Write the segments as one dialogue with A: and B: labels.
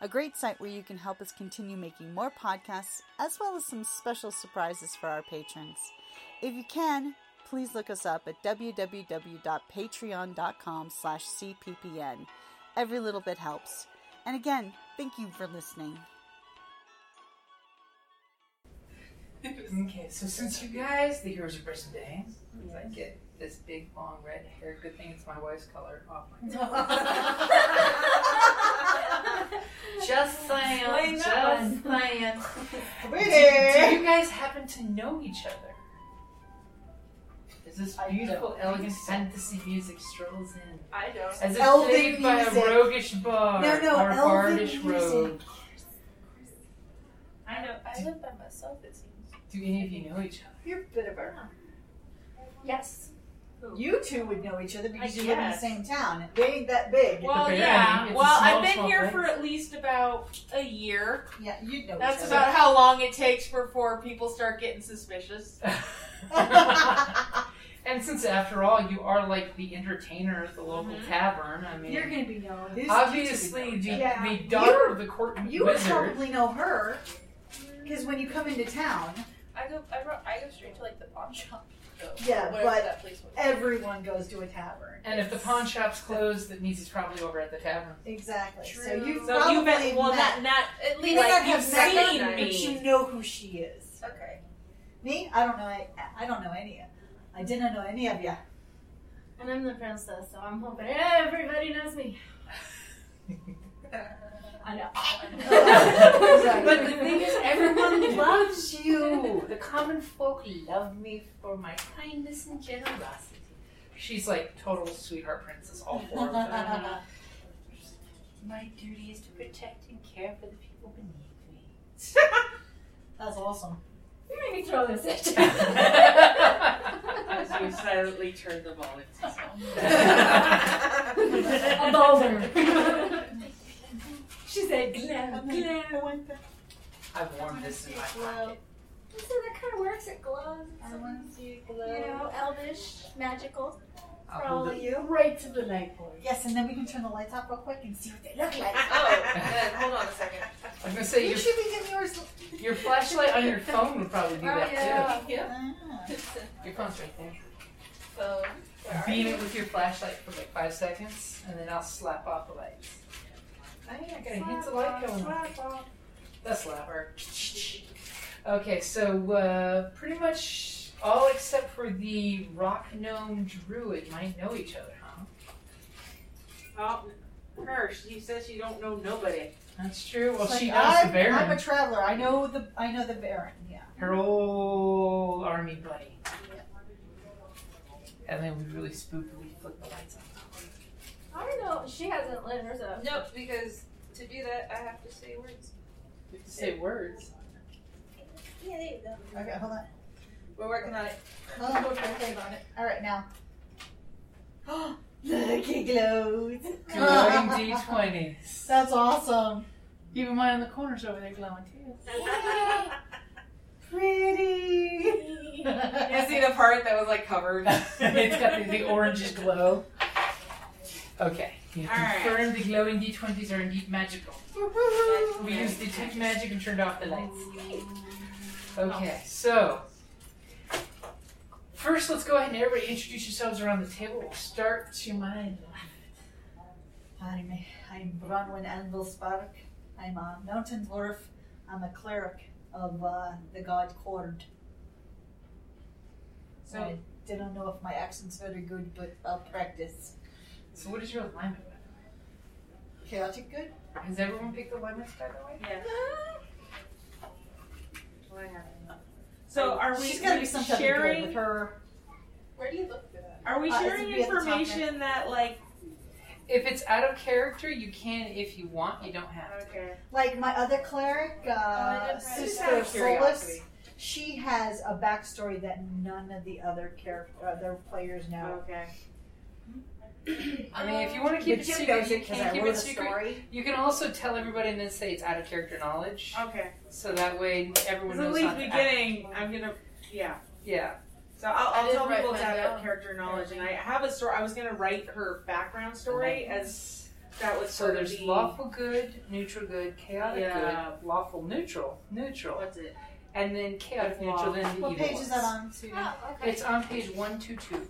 A: a great site where you can help us continue making more podcasts, as well as some special surprises for our patrons. If you can, please look us up at www.patreon.com slash cppn. Every little bit helps. And again, thank you for listening.
B: Okay, so since you guys, the heroes of present day, since I get this big, long red hair, good thing it's my wife's color off my Just saying.
C: Explain
B: just
C: that one.
B: saying. Do, do you guys happen to know each other? As this beautiful, elegant fantasy music strolls in.
C: I don't.
B: As if
A: Elven
B: saved by a
A: music.
B: roguish bard
A: No, no,
B: or
A: elven
B: bardish
A: music.
B: rogue.
C: I know. I live by myself, it seems.
B: Do any of you know each other?
D: You're a bit of a.
C: Yes.
D: You two would know each other because
C: I
D: you live in the
C: guess.
D: same town. They ain't that big.
C: Well,
B: barely. It's
C: yeah.
B: a
C: Well,
B: small,
C: I've been
B: small
C: here
B: place.
C: for at least about a year.
D: Yeah, you'd know
C: That's
D: each
C: about how long it takes before people start getting suspicious.
B: and since after all you are like the entertainer at the local tavern, I mean,
E: You're gonna be known.
D: other.
B: obviously the,
D: Yeah.
B: the
D: You-
B: daughter of the court
D: you would
B: wizard.
D: probably know her because when you come into town,
E: I go. I, ro- I go straight to like the pawn shop. So
D: Yeah,
E: whatever
D: but
E: that place was.
D: everyone goes to a tavern.
B: and if the pawn shop's closed, that means he's probably over at the tavern.
D: Exactly. So
E: True.
D: you
E: So
C: So
D: probably
C: you met, well,
D: met.
C: not, not at
D: you
C: least
D: may
C: like,
D: not
C: you've
D: have met
C: seen
D: her, but you
C: me.
D: know who she is.
E: okay.
D: Me? I don't know. I, I don't know any. I didn't know any of you.
E: And I'm the princess, so I'm hoping.
C: Everybody knows me.
E: I know.
B: But the thing is, everyone loves you. The common folk love me for my kindness and generosity. She's like total sweetheart princess, all four of them. My duty is to protect and care for the people beneath me.
D: That's awesome.
E: You made me throw this at
B: As you silently turn them all into
C: Oh,
E: A boulder. she said, "Glow, glow."
D: I want that.
B: I've worn this in my pocket.
F: So that kind of works. It glows.
D: I want to see
F: You know, elvish, magical.
B: I'll
F: For
B: hold
F: all
B: it.
F: of you.
E: Right to the light boy.
D: Yes, and then we can turn the lights off real quick and see what they look like.
B: Oh, man,
E: hold on a second.
B: I was gonna say
D: You
B: your,
D: should be getting yours.
B: your flashlight on your phone would probably do
F: Oh,
B: that
F: yeah.
E: Yeah.
D: Ah.
B: too. Your phone's right there.
E: So, where are
B: Beam
E: you?
B: it with your flashlight for like five seconds, and then I'll slap off the lights. Hey, I got a hint of light going on. That's slapper. Okay, so uh, pretty much all except for the rock gnome druid might know each other, huh?
C: Oh, her. She says she don't know nobody.
B: That's true. Well,
D: It's
B: she
D: like,
B: knows
D: I'm,
B: the Baron,
D: I'm a traveler. I know the I know the Baron. Yeah.
B: her old army buddy. And then we really spookily flick the lights on.
F: I don't know. She hasn't lit hers up.
E: Nope, because to do that, I have to say words.
B: You have to say words.
F: Yeah, there you go.
D: Okay, hold on.
E: We're working on it.
D: Hold on. Oh, Okay, hold on. All right, now. Look, he glows.
B: Glowing d20s.
D: That's awesome.
B: Even mine on the corners over there glowing too.
D: Pretty.
E: You see the part that was like covered.
B: it's got the, the orangish glow. Okay. You
E: All right.
B: confirmed the glowing d20s are indeed magical. We used detect magic and turned off the lights. Okay, so first let's go ahead and everybody introduce yourselves around the table. We'll start to my left.
D: I'm I'm Bronwyn Anvil Spark. I'm a mountain dwarf. I'm a cleric of uh, the god Cord. So I
B: So,
D: didn't know if my accent's very good, but I'll practice.
B: so what is your alignment with?
D: Chaotic good?
B: Has everyone picked alignments by the way?
C: Yeah. So are we,
D: Oh, She's got to
C: we
D: be something good with
C: sharing?
D: her.
E: Where do you look for that?
C: Are we
D: Uh, it
C: sharing
D: would be at the top, right?
C: information that like?
B: If it's out of character, you can if you want. You don't have to.
C: Okay.
D: Like my other cleric,
B: Oh,
D: uh,
E: different-
B: Just out
D: Sister
B: of
D: Solis,
B: curiosity.
D: she has a backstory that none of the other character, other players know.
C: Okay.
B: I mean, if you want to keep
D: Um, but
B: it
D: Jim
B: secret,
D: knows
B: you
D: it because
B: can
D: I
B: keep
D: wrote
B: it
D: a
B: secret.
D: story.
B: You can also tell everybody and then say it's out of character knowledge,
C: Okay.
B: so that way everyone knows.
C: 'Cause at least
B: not to act.
C: beginning, I'm gonna. Yeah.
B: Yeah.
C: So I'll,
E: I
C: I'll
E: did
C: tell
E: write
C: people to
E: mine
C: have
E: down.
C: character knowledge, and I have a story. I was gonna write her background story as that was
B: So
C: sort
B: there's
C: of the,
B: lawful good, neutral good, chaotic
C: Yeah.
B: good, lawful neutral, neutral,
C: What's it?
B: and then chaotic
C: Law.
B: neutral. Then the
D: What
B: evil
D: page is that
B: ones.
D: on? Sue?
B: Ah.
F: Oh, okay.
B: It's on page one two two.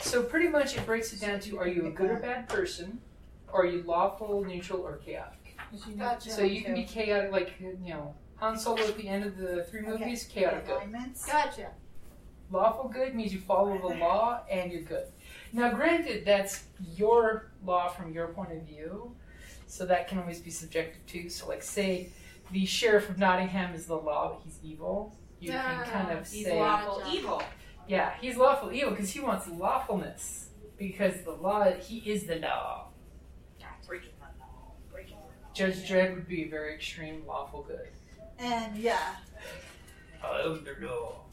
B: So pretty much it breaks it down to: Are you a good or bad person? Or are you lawful, neutral, or chaotic?
E: Gotcha.
B: So you can be chaotic, like you know Han Solo at the end of the three
D: Okay.
B: movies, chaotic good.
D: Alignments.
F: Gotcha.
B: Lawful good means you follow the law and you're good. Now, granted, that's your law from your point of view, so that can always be subjective too. So, like, say the sheriff of Nottingham is the law, but he's evil. You can kind of
C: He's
B: say,
C: lawful
F: Gotcha.
C: evil.
B: yeah, he's lawful evil because he wants lawfulness because the law, he is the law.
C: Breaking the law. Breaking the law.
B: Judge Dredd would be a very extreme lawful good.
D: And yeah,
B: Oh, the law.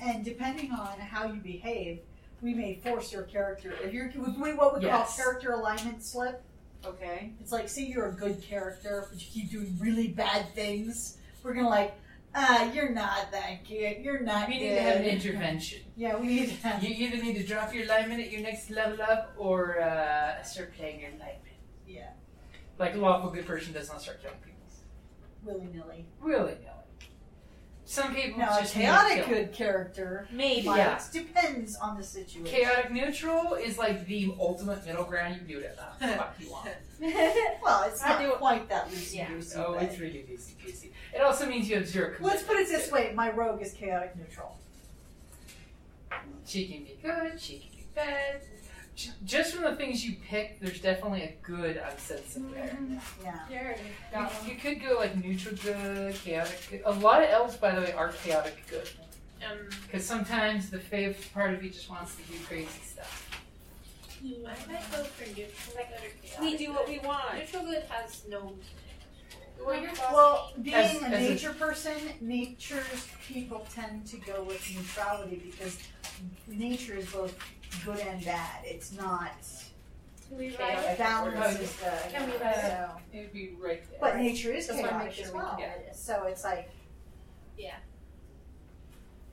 D: and depending on how you behave, we may force your character. If you're if we what we
B: Yes.
D: call character alignment slip,
C: Okay.
D: it's like say you're a good character, but you keep doing really bad things. We're gonna like, ah, you're not that good. You're not.
B: We need to have an
D: good."
B: intervention.
D: Yeah, we need to have.
B: You either need to drop your alignment at your next level up or uh, start playing your alignment.
D: Yeah,
B: Like a lawful good person does not start killing people.
D: willy nilly.
B: Really, no. Some people
D: Now a
B: just need to
D: chaotic
B: kill.
D: good character.
C: Maybe.
D: Like,
B: Yeah.
D: depends on the situation.
B: Chaotic neutral is like the ultimate middle ground. You can do it at the fuck you want.
D: Well, it's
C: I
D: not
C: do-
D: quite that loosey goosey.
B: So Oh, it's really easy peasy. It also means you have zero
D: Let's
B: commitment.
D: put it this way: my rogue is chaotic neutral.
B: She can be good. She can be bad. J- Just from the things you pick, there's definitely a good um, I'm sensing there.
D: Yeah.
E: Jared.
B: You, you could go like neutral good, chaotic good. A lot of elves, by the way, are chaotic good.
E: Um,
B: Because sometimes the fave part of you just wants to do crazy stuff.
E: I might go for neutral. Like under chaotic.
C: We do what we
E: good.
C: want.
E: Neutral good has no.
F: Well, you're-
D: Well, being
B: As-
D: a
B: as a-
D: nature person, nature's people tend to go with neutrality because nature is both good and bad. It's not
F: Can we write it?
D: balance is the
E: Can we let it-
D: so.
B: It would be right there.
D: But nature is
E: Just wanna make
D: chaotic
E: sure
D: as
E: we
D: well.
E: get it.
D: So it's like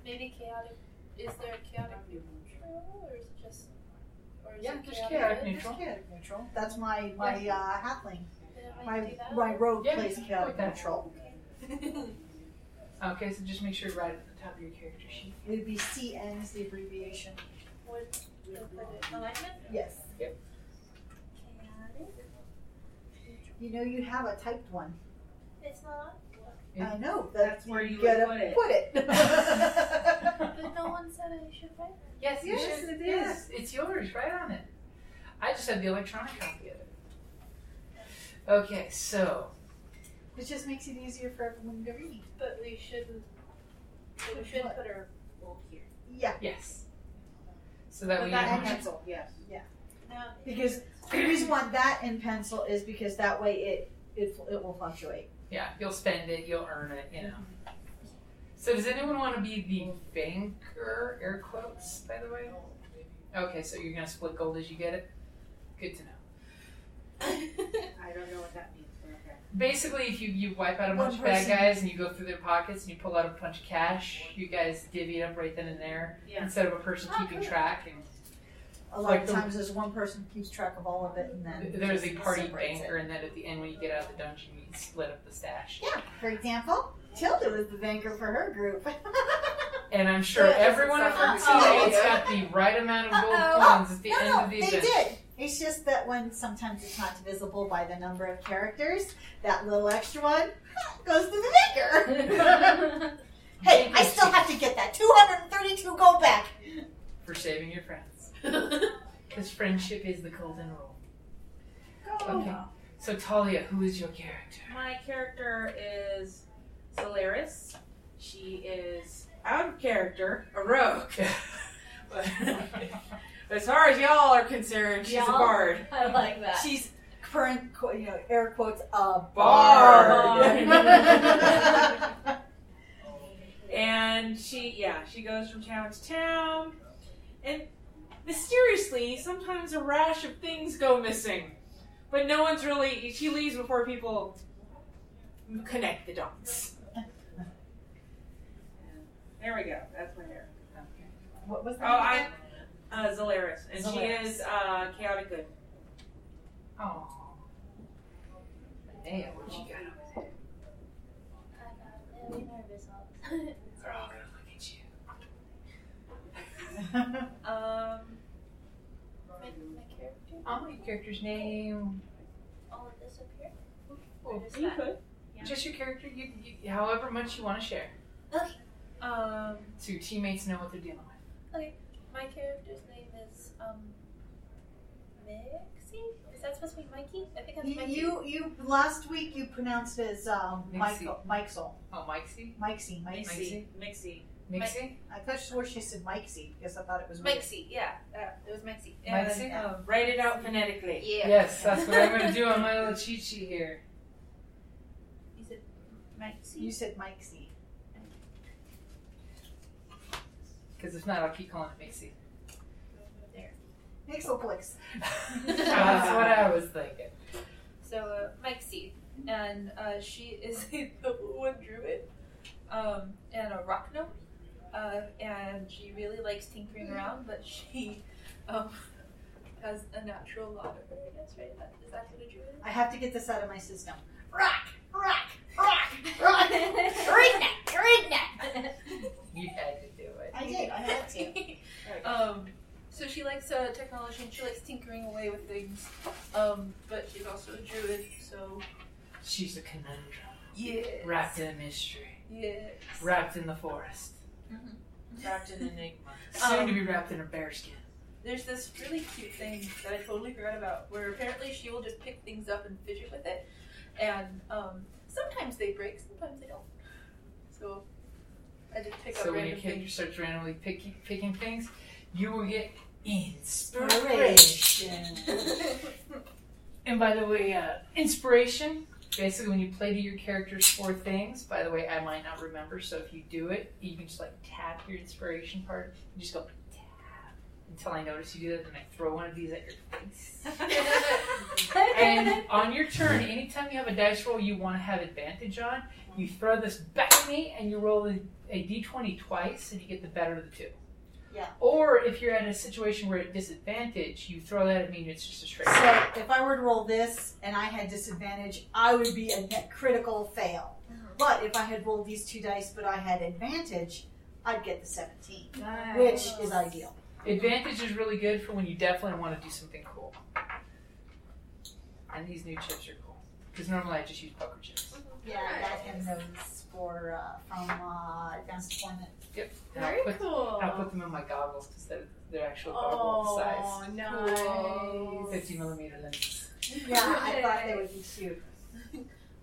E: Maybe chaotic. Is there a chaotic neutral or is it just? Or is
B: Yeah,
E: it
B: there's
E: chaotic?
B: chaotic
E: good?
B: neutral.
D: chaotic neutral. That's my my uh, halfling.
E: Then I
D: My
E: do that.
D: my rogue
B: Yeah,
D: plays
B: you can
D: chaotic
B: put that.
D: neutral.
B: Okay, so just make sure you write it at the top of your character sheet.
D: It would be CN is the abbreviation.
E: Would would put it alignment?
D: Yes.
F: Chaotic?
D: You know you have a typed one.
F: It's not.
D: I know.
C: That's where you
D: gotta
C: would
D: put it.
F: But no one said I should write it.
B: Yes, you
D: Yes,
B: should.
D: it is.
B: Yes, it's yours, right on it. I just have the electronic copy of it. Okay, so
D: It just makes it easier for everyone to read.
E: But we shouldn't. We should
D: What?
E: put our roll here.
D: Yeah,
B: yes. So that
C: But
B: way
C: that
B: you
C: and
B: don't have
C: pencil, yes.
E: Now,
D: because the reason why that in pencil is because that way it it, it will fluctuate.
B: Yeah, you'll spend it, you'll earn it, you know. So does anyone want to be the banker? Air quotes, by the way. Okay, so you're gonna split gold as you get it. Good to know.
C: I don't know what that means, but okay.
B: Basically, if you, you wipe out a bunch
D: One
B: of bad
D: person.
B: guys and you go through their pockets and you pull out a bunch of cash, you guys divvy it up right then and there
C: Yeah.
B: instead of a person
F: Oh,
B: keeping
F: cool.
B: track. And
D: A lot
B: Like
D: of
B: the-
D: times, there's one person who keeps track of all of it, and then
B: th- there's a party
D: separates it.
B: banker, and then at the end when you get out of the dungeon, you split up the stash.
D: Yeah, for example, Tilda was the banker for her group.
B: And I'm sure
D: Yeah,
B: every one of
D: it's
B: her
D: like, uh-oh.
B: teammates got the right amount of gold
F: Uh-oh.
B: coins at the
D: no,
B: end
D: no,
B: of the
D: they
B: event.
D: did. It's just that when sometimes it's not visible by the number of characters, that little extra one goes to the maker. hey, I still have to get that 232 gold back.
B: for saving your friends. Because friendship is the golden rule. Okay. So Talia, who is your character?
C: My character is Solaris. She is out of character, a rogue. but as far as y'all are concerned, she's a
E: Y'all?
C: bard.
E: I like that.
C: She's
D: Current, qu- you know, air quotes, a
C: bard.
D: bar.
C: and she, yeah, she goes from town to town. And mysteriously, sometimes a rash of things go missing. But no one's really, she leaves before people connect the dots. There we go. That's my hair.
D: what was
C: Oh,
D: that?
C: I. Uh, Zolaris. And
D: Zolaris.
C: she is uh, chaotic good.
B: Oh. Linnea, what you got?
F: I'm really nervous all the time.
B: They're all gonna look at you.
C: Um,
F: my, my character,
B: I'll your character's name.
F: all of this up here.
B: Oh,
F: Just that. Yeah.
B: Just your character, you, you, however much you want to share.
C: um,
B: So your teammates know what they're dealing with.
F: My character's name is um, Mixie. Is that supposed to be Mikey? I think that's
D: You,
F: Mikey.
D: you, you, last week you pronounced it as um,
B: Mixie.
D: Michael, Mikesel,
B: Oh, Mikesy?
D: Mikesy, Mikesy.
C: Mixie. Mixie.
B: Mixie?
D: I could have swore she said Mikesy because I thought it was weird.
F: Mixie, yeah. That, it was Mixie.
C: And,
B: Mixie?
C: um, write it out phonetically.
F: Yeah.
B: Yes, that's what I'm gonna do on my little cheat sheet here.
F: You said Mixie?
D: You said Mikesy.
B: Because if not, I'll keep calling it Mixie.
F: There.
D: Mixelplex.
B: that's what I was thinking.
F: So, uh, Mixie. And uh, she is a level 1 druid um, and a rock gnome. Uh, and she really likes tinkering around, but she um, has a natural lot of her, I guess, right? That, is that what a druid is?
D: I have to get this out of my system. Rock, rock, rock, rock. Redneck, redneck.
B: You had to do it.
D: I did. I had to.
F: Um, so she likes uh, technology and she likes tinkering away with things. Um, but she's also a druid, so
B: She's a conundrum.
F: yeah.
B: Wrapped in a mystery.
F: Yes.
B: Wrapped in the forest.
F: Mm-hmm.
C: Wrapped in enigma.
B: Soon
F: Um,
B: to be wrapped in a bear skin.
F: There's this really cute thing that I totally forgot about, where apparently she will just pick things up and fidget with it, and um, sometimes they break, sometimes they don't. So I just pick
B: So
F: up
B: when your
F: random
B: character
F: things.
B: starts randomly picking, picking things, you will get inspiration.
D: Inspiration.
B: And by the way, uh, inspiration. Basically, when you play to your characters for things, by the way, I might not remember, so if you do it, you can just like tap your inspiration card. You just go tap until I notice you do that, then I throw one of these at your face. and on your turn, anytime you have a dice roll you want to have advantage on, you throw this back at me and you roll a, a d20 twice and you get the better of the two.
D: Yeah.
B: Or if you're at a situation where at disadvantage, you throw that at me and it's just a straight.
D: So if I were to roll this and I had disadvantage, I would be a net critical fail. But if I had rolled these two dice, but I had advantage, I'd get the seventeen,
C: Oh.
D: which is ideal.
B: Advantage is really good for when you definitely want to do something cool. And these new chips are cool. Because normally I just use poker chips.
D: Yeah, that and those for uh, from uh, advanced deployment.
B: And I'll put,
C: cool.
B: I'll put them in my goggles because they're, they're actual goggle
C: Oh,
B: size.
C: nice.
B: 50 millimeter lenses.
D: Yeah, I thought they would be cute.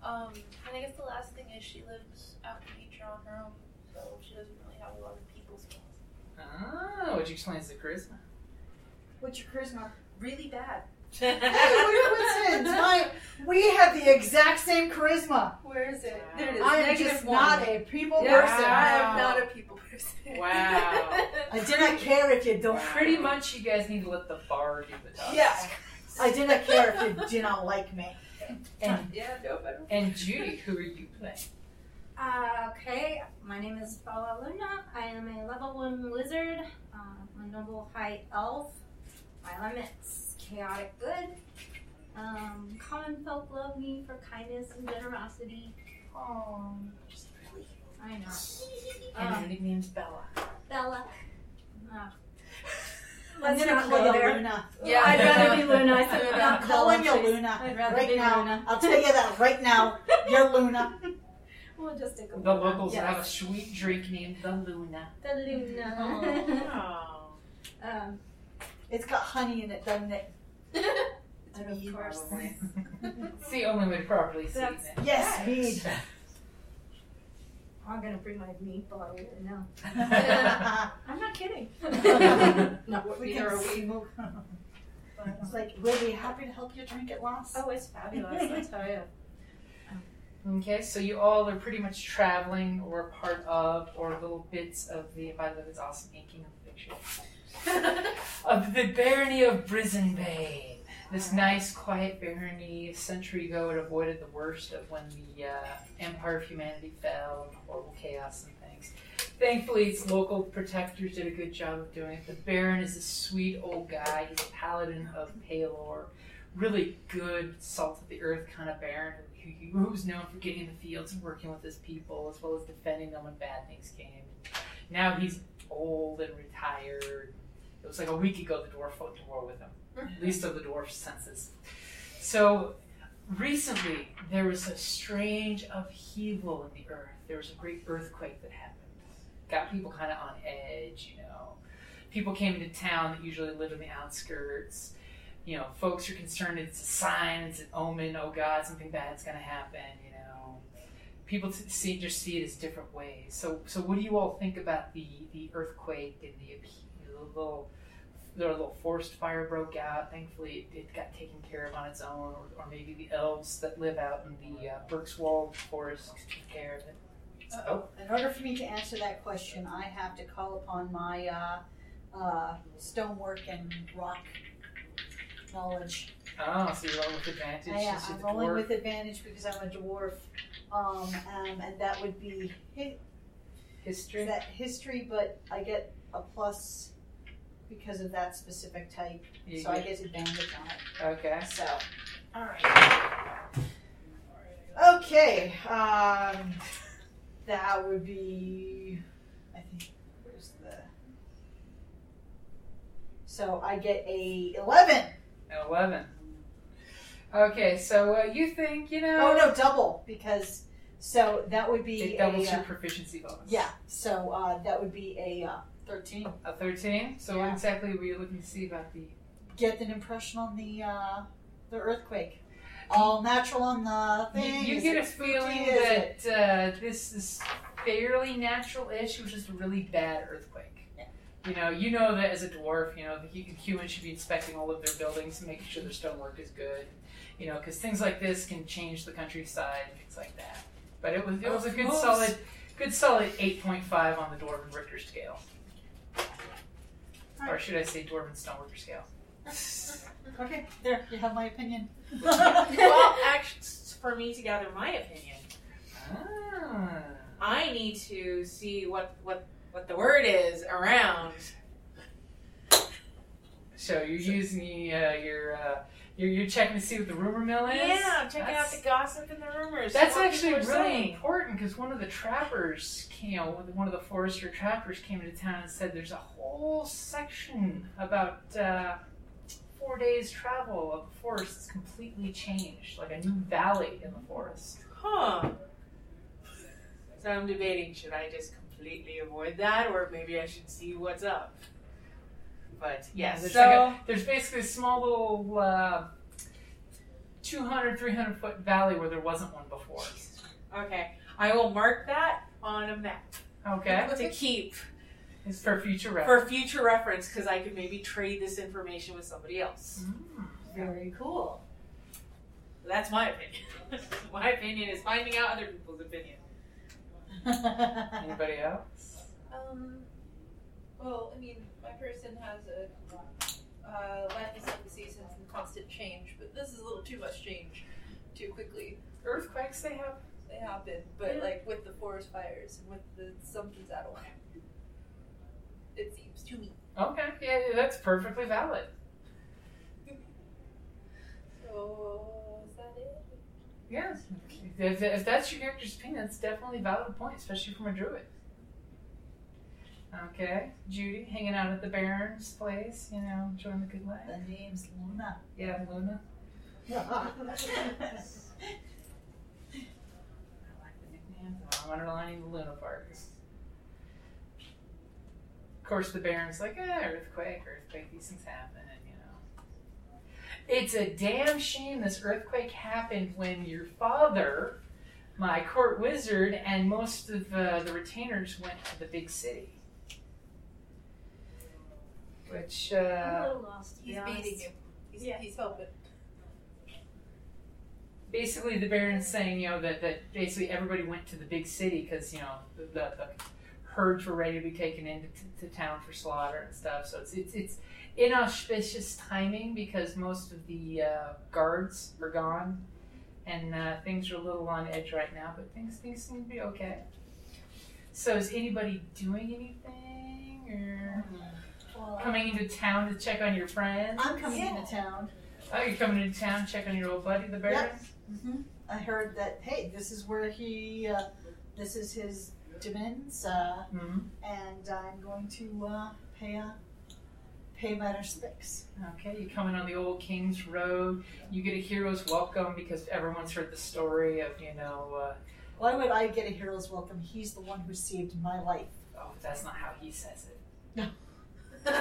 F: Um, and I guess the last thing is she lives out in nature on her own, so she doesn't really have a lot of people skills.
B: Oh, which explains the charisma.
D: What's your charisma?
F: Really bad.
D: Hey, what a coincidence! My, we have the exact same charisma.
F: Where is it? There it is.
D: I am
F: Negative
D: just
F: one.
D: not a people
B: Yeah.
F: I
B: Wow.
F: am not a people person.
B: Wow.
D: person. I did not care if you don't.
B: Pretty much, you guys need to let the bar do the talking.
D: Yeah. I did not care if you did not like me.
B: And,
F: yeah, no, but
B: and Judy, who are you playing?
G: Uh, okay, my name is Bala Luna. I am a level one wizard, uh, a noble high elf. My limit's chaotic good. Um, common folk love me for kindness and generosity.
B: Oh, just
G: I know.
B: And her
G: Um,
B: nickname's Bella.
G: Bella. Uh,
D: I'm
G: Let's
D: gonna
G: not
D: call
G: go
D: you
G: there.
D: Luna.
F: Yeah,
G: I'd rather be Luna. I said,
F: Luna.
G: no,
D: I'm calling you
G: please.
D: Luna.
G: I'd rather
D: right
G: be
D: now.
G: Luna.
D: I'll tell you that right now. You're Luna.
G: We'll just take a
B: The locals
G: Yeah.
B: have a sweet drink named the Luna.
G: The Luna.
C: Oh.
G: um,
D: It's got honey in it, doesn't it?
G: of course.
B: Probably. it's the only way to properly say
G: That's-
B: that.
D: Yes, mead.
G: I'm gonna bring my meat bottle in now. I'm not kidding. no,
D: we can
G: neither are we.
D: smoke. It's like, we'll be happy to help you drink it, Loss.
G: Oh, it's fabulous, I tell you.
B: Okay, so you all are pretty much traveling or part of or little bits of the by the way it's awesome making of the picture. of the barony of Brisenbane. This nice, quiet barony a century ago it avoided the worst of when the uh, Empire of Humanity fell and horrible chaos and things. Thankfully, its local protectors did a good job of doing it. The Baron is a sweet old guy. He's a paladin of Palor, really good, salt of the earth kind of Baron who, who's known for getting in the fields and working with his people as well as defending them when bad things came. Now he's old and retired. It was like a week ago the dwarf fought to war with him, at least of the dwarf's senses. So recently there was a strange upheaval in the earth. There was a great earthquake that happened. Got people kind of on edge, you know. People came into town that usually lived on the outskirts. You know, folks are concerned it's a sign, it's an omen, oh God, something bad's going to happen, you know. People t- see, just see it as different ways. So, so what do you all think about the, the earthquake and the upheaval? The little, their little forest fire broke out. Thankfully, it, it got taken care of on its own, or, or maybe the elves that live out in the uh, Birkswald forest took care of it. Oh,
D: In order for me to answer that question, I have to call upon my uh, uh, stonework and rock knowledge.
B: oh, so you're rolling with advantage.
D: I, uh,
B: since you're
D: I'm
B: the
D: rolling
B: dwarf.
D: with advantage because I'm a dwarf, um, um, and that would be hi-
B: history.
D: that history, but I get a plus because of that specific type,
B: You
D: so I
B: get-
D: get advantage on it.
B: okay.
D: So,
C: All right.
D: okay, um, that would be, I think, where's the. So I get a eleven.
B: Eleven. Okay, so uh, you think you know?
D: Oh no, double because so that would be
B: It
D: a,
B: doubles your
D: uh,
B: proficiency bonus.
D: yeah. So uh, that would be a uh, thirteen.
B: A thirteen. So what
D: Yeah.
B: exactly were you looking to see about the?
D: Get an impression on the uh, the earthquake. All natural on the
B: You,
D: thing.
B: you
D: Is
B: get
D: it
B: a feeling
D: spooky? Is
B: that uh, this is fairly natural-ish. It was just a really bad earthquake.
D: Yeah.
B: You know, you know that as a dwarf, you know the hu- humans should be inspecting all of their buildings and making sure their stonework is good. You know, because things like this can change the countryside and things like that. But it was it was a
D: Of
B: good
D: course.
B: solid, good solid eight point five on the dwarven Richter scale, or should I say dwarven stoneworker scale?
D: Okay, there you have my opinion.
C: Well, actually, for me to gather my opinion,
B: Ah.
C: I need to see what what what the word is around.
B: So you're using uh, your uh, you're you're checking to see what the rumor mill is.
C: Yeah, checking out
B: That's-
C: the gossip and the rumors.
B: That's
C: what
B: actually
C: people
B: really
C: are saying.
B: important because one of the trappers, came, you know, one of the forester trappers came into town and said there's a whole section about uh, four days travel of the forest that's completely changed, like a new valley in the forest.
C: Huh. So I'm debating should I just completely avoid that or maybe I should see what's up. But yeah,
B: there's
C: so
B: like a- there's basically a small little uh, 200, 300 foot valley where there wasn't one before.
C: okay, I will mark that on a map
B: Okay,
C: to keep
B: it's for future reference.
C: for future reference because I could maybe trade this information with somebody else.
B: Mm.
D: Very cool.
C: That's my opinion. my opinion is finding out other people's opinion.
B: Anybody else?
F: Um, well, I mean, my person has a uh, lack of self-seasons and constant change, but this is a little too much change too quickly.
B: Earthquakes they have.
F: They happen, but like with the forest fires and with the something's out of whack. It seems to me.
B: Okay, yeah, yeah, that's perfectly valid.
F: So is that it?
B: Yeah, if, if that's your character's opinion, that's definitely a valid point, especially from a druid. Okay. Judy, hanging out at the Baron's place, you know, enjoying the good life.
D: The name's Luna.
B: Yeah, Luna. I like the nickname. I'm underlining the Luna part. 'cause- Of course, the Baron's like, eh, earthquake, earthquake, these things happen, and you know. It's a damn shame this earthquake happened when your father, my court wizard, and most of uh, the retainers went to the big city. Which,
G: I'm a
B: uh,
G: little lost. To be
E: He's
G: honest.
E: beating you. He's,
G: Yeah.
E: he's helping.
B: basically the baron's saying you know that, that basically everybody went to the big city because you know the, the, the herds were ready to be taken into t- to town for slaughter and stuff so it's it's, it's inauspicious timing because most of the uh, guards are gone and uh, things are a little on edge right now but things things seem to be okay so is anybody doing anything or
G: Well,
B: coming into town to check on your friends
D: Mm-hmm. I'm coming into town.
B: oh you're coming into town to check on your old buddy the baron
D: I heard that hey, this is where he, uh, this is his demons, uh,
B: hmm
D: and I'm going to uh, pay a, pay my respects.
B: Okay, you come in on the old King's Road. You get a hero's welcome because everyone's heard the story of, you know, uh,
D: Why would I get a hero's welcome? He's the one who saved my life.
B: uh, oh, that's not how he says it.
D: No.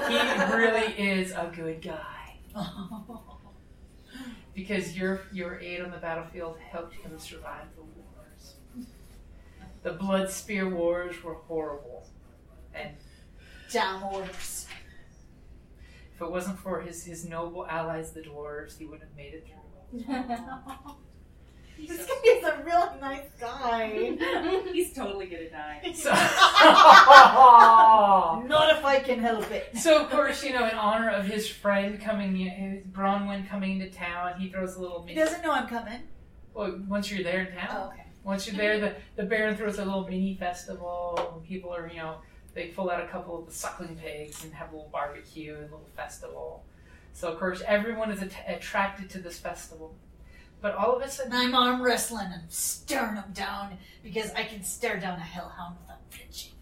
B: he really is a good guy
D: oh,
B: because your your aid on the battlefield helped him survive the wars. The blood spear wars were horrible, and
D: down orders.
B: if it wasn't for his his noble allies, the dwarves, he wouldn't have made it through.
D: This guy is a real nice guy.
C: He's totally gonna die.
B: So.
D: Not if I can help it.
B: So of course, you know, in honor of his friend coming, in, Bronwyn coming into town, he throws a little.
D: He
B: Mini-
D: doesn't know I'm coming.
B: well, once you're there in town,
D: Oh, okay.
B: once you're there, the the Baron throws a little mini festival. and People are, you know, they pull out a couple of the suckling pigs and have a little barbecue and a little festival. So of course, everyone is at- attracted to this festival. But all of a sudden,
D: And I'm arm wrestling and staring him down because I can stare down a hellhound without flinching.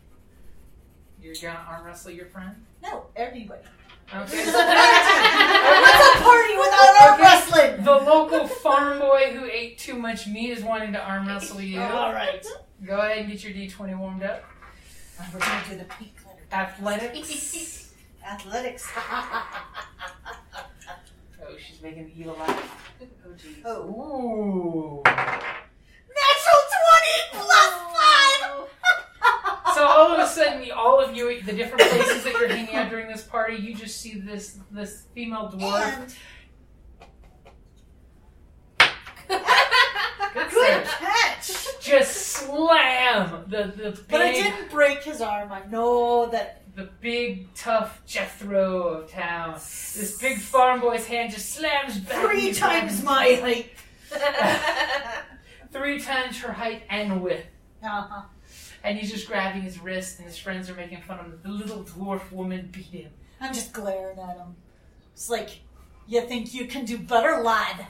B: you're gonna arm wrestle your friend.
D: No, everybody.
B: Okay.
D: This is a party. What's a party without arm
B: Okay.
D: wrestling?
B: The local farm boy who ate too much meat is wanting to arm wrestle you.
D: All right.
B: Go ahead and get your D20 warmed up.
D: And We're going to do the pink glitter.
B: Athletics.
D: Athletics.
B: oh, she's making an evil eye. Oh, geez.
D: oh.
B: Ooh.
D: Natural 20 plus 5!
B: So all of a sudden, all of you, the different places that you're hanging out during this party, you just see this this female dwarf.
D: And
B: Good
D: good
B: save.
D: catch!
B: Just slam the the big,
D: But I didn't break his arm. I know that.
B: the big tough Jethro of town. This big farm boy's hand just slams back.
D: Three
B: into him.
D: times my height.
B: Three times her height and width.
D: Uh-huh.
B: And he's just grabbing his wrist, and his friends are making fun of him. The little dwarf woman beat him.
D: I'm just glaring at him. It's like, you think you can do better, lad?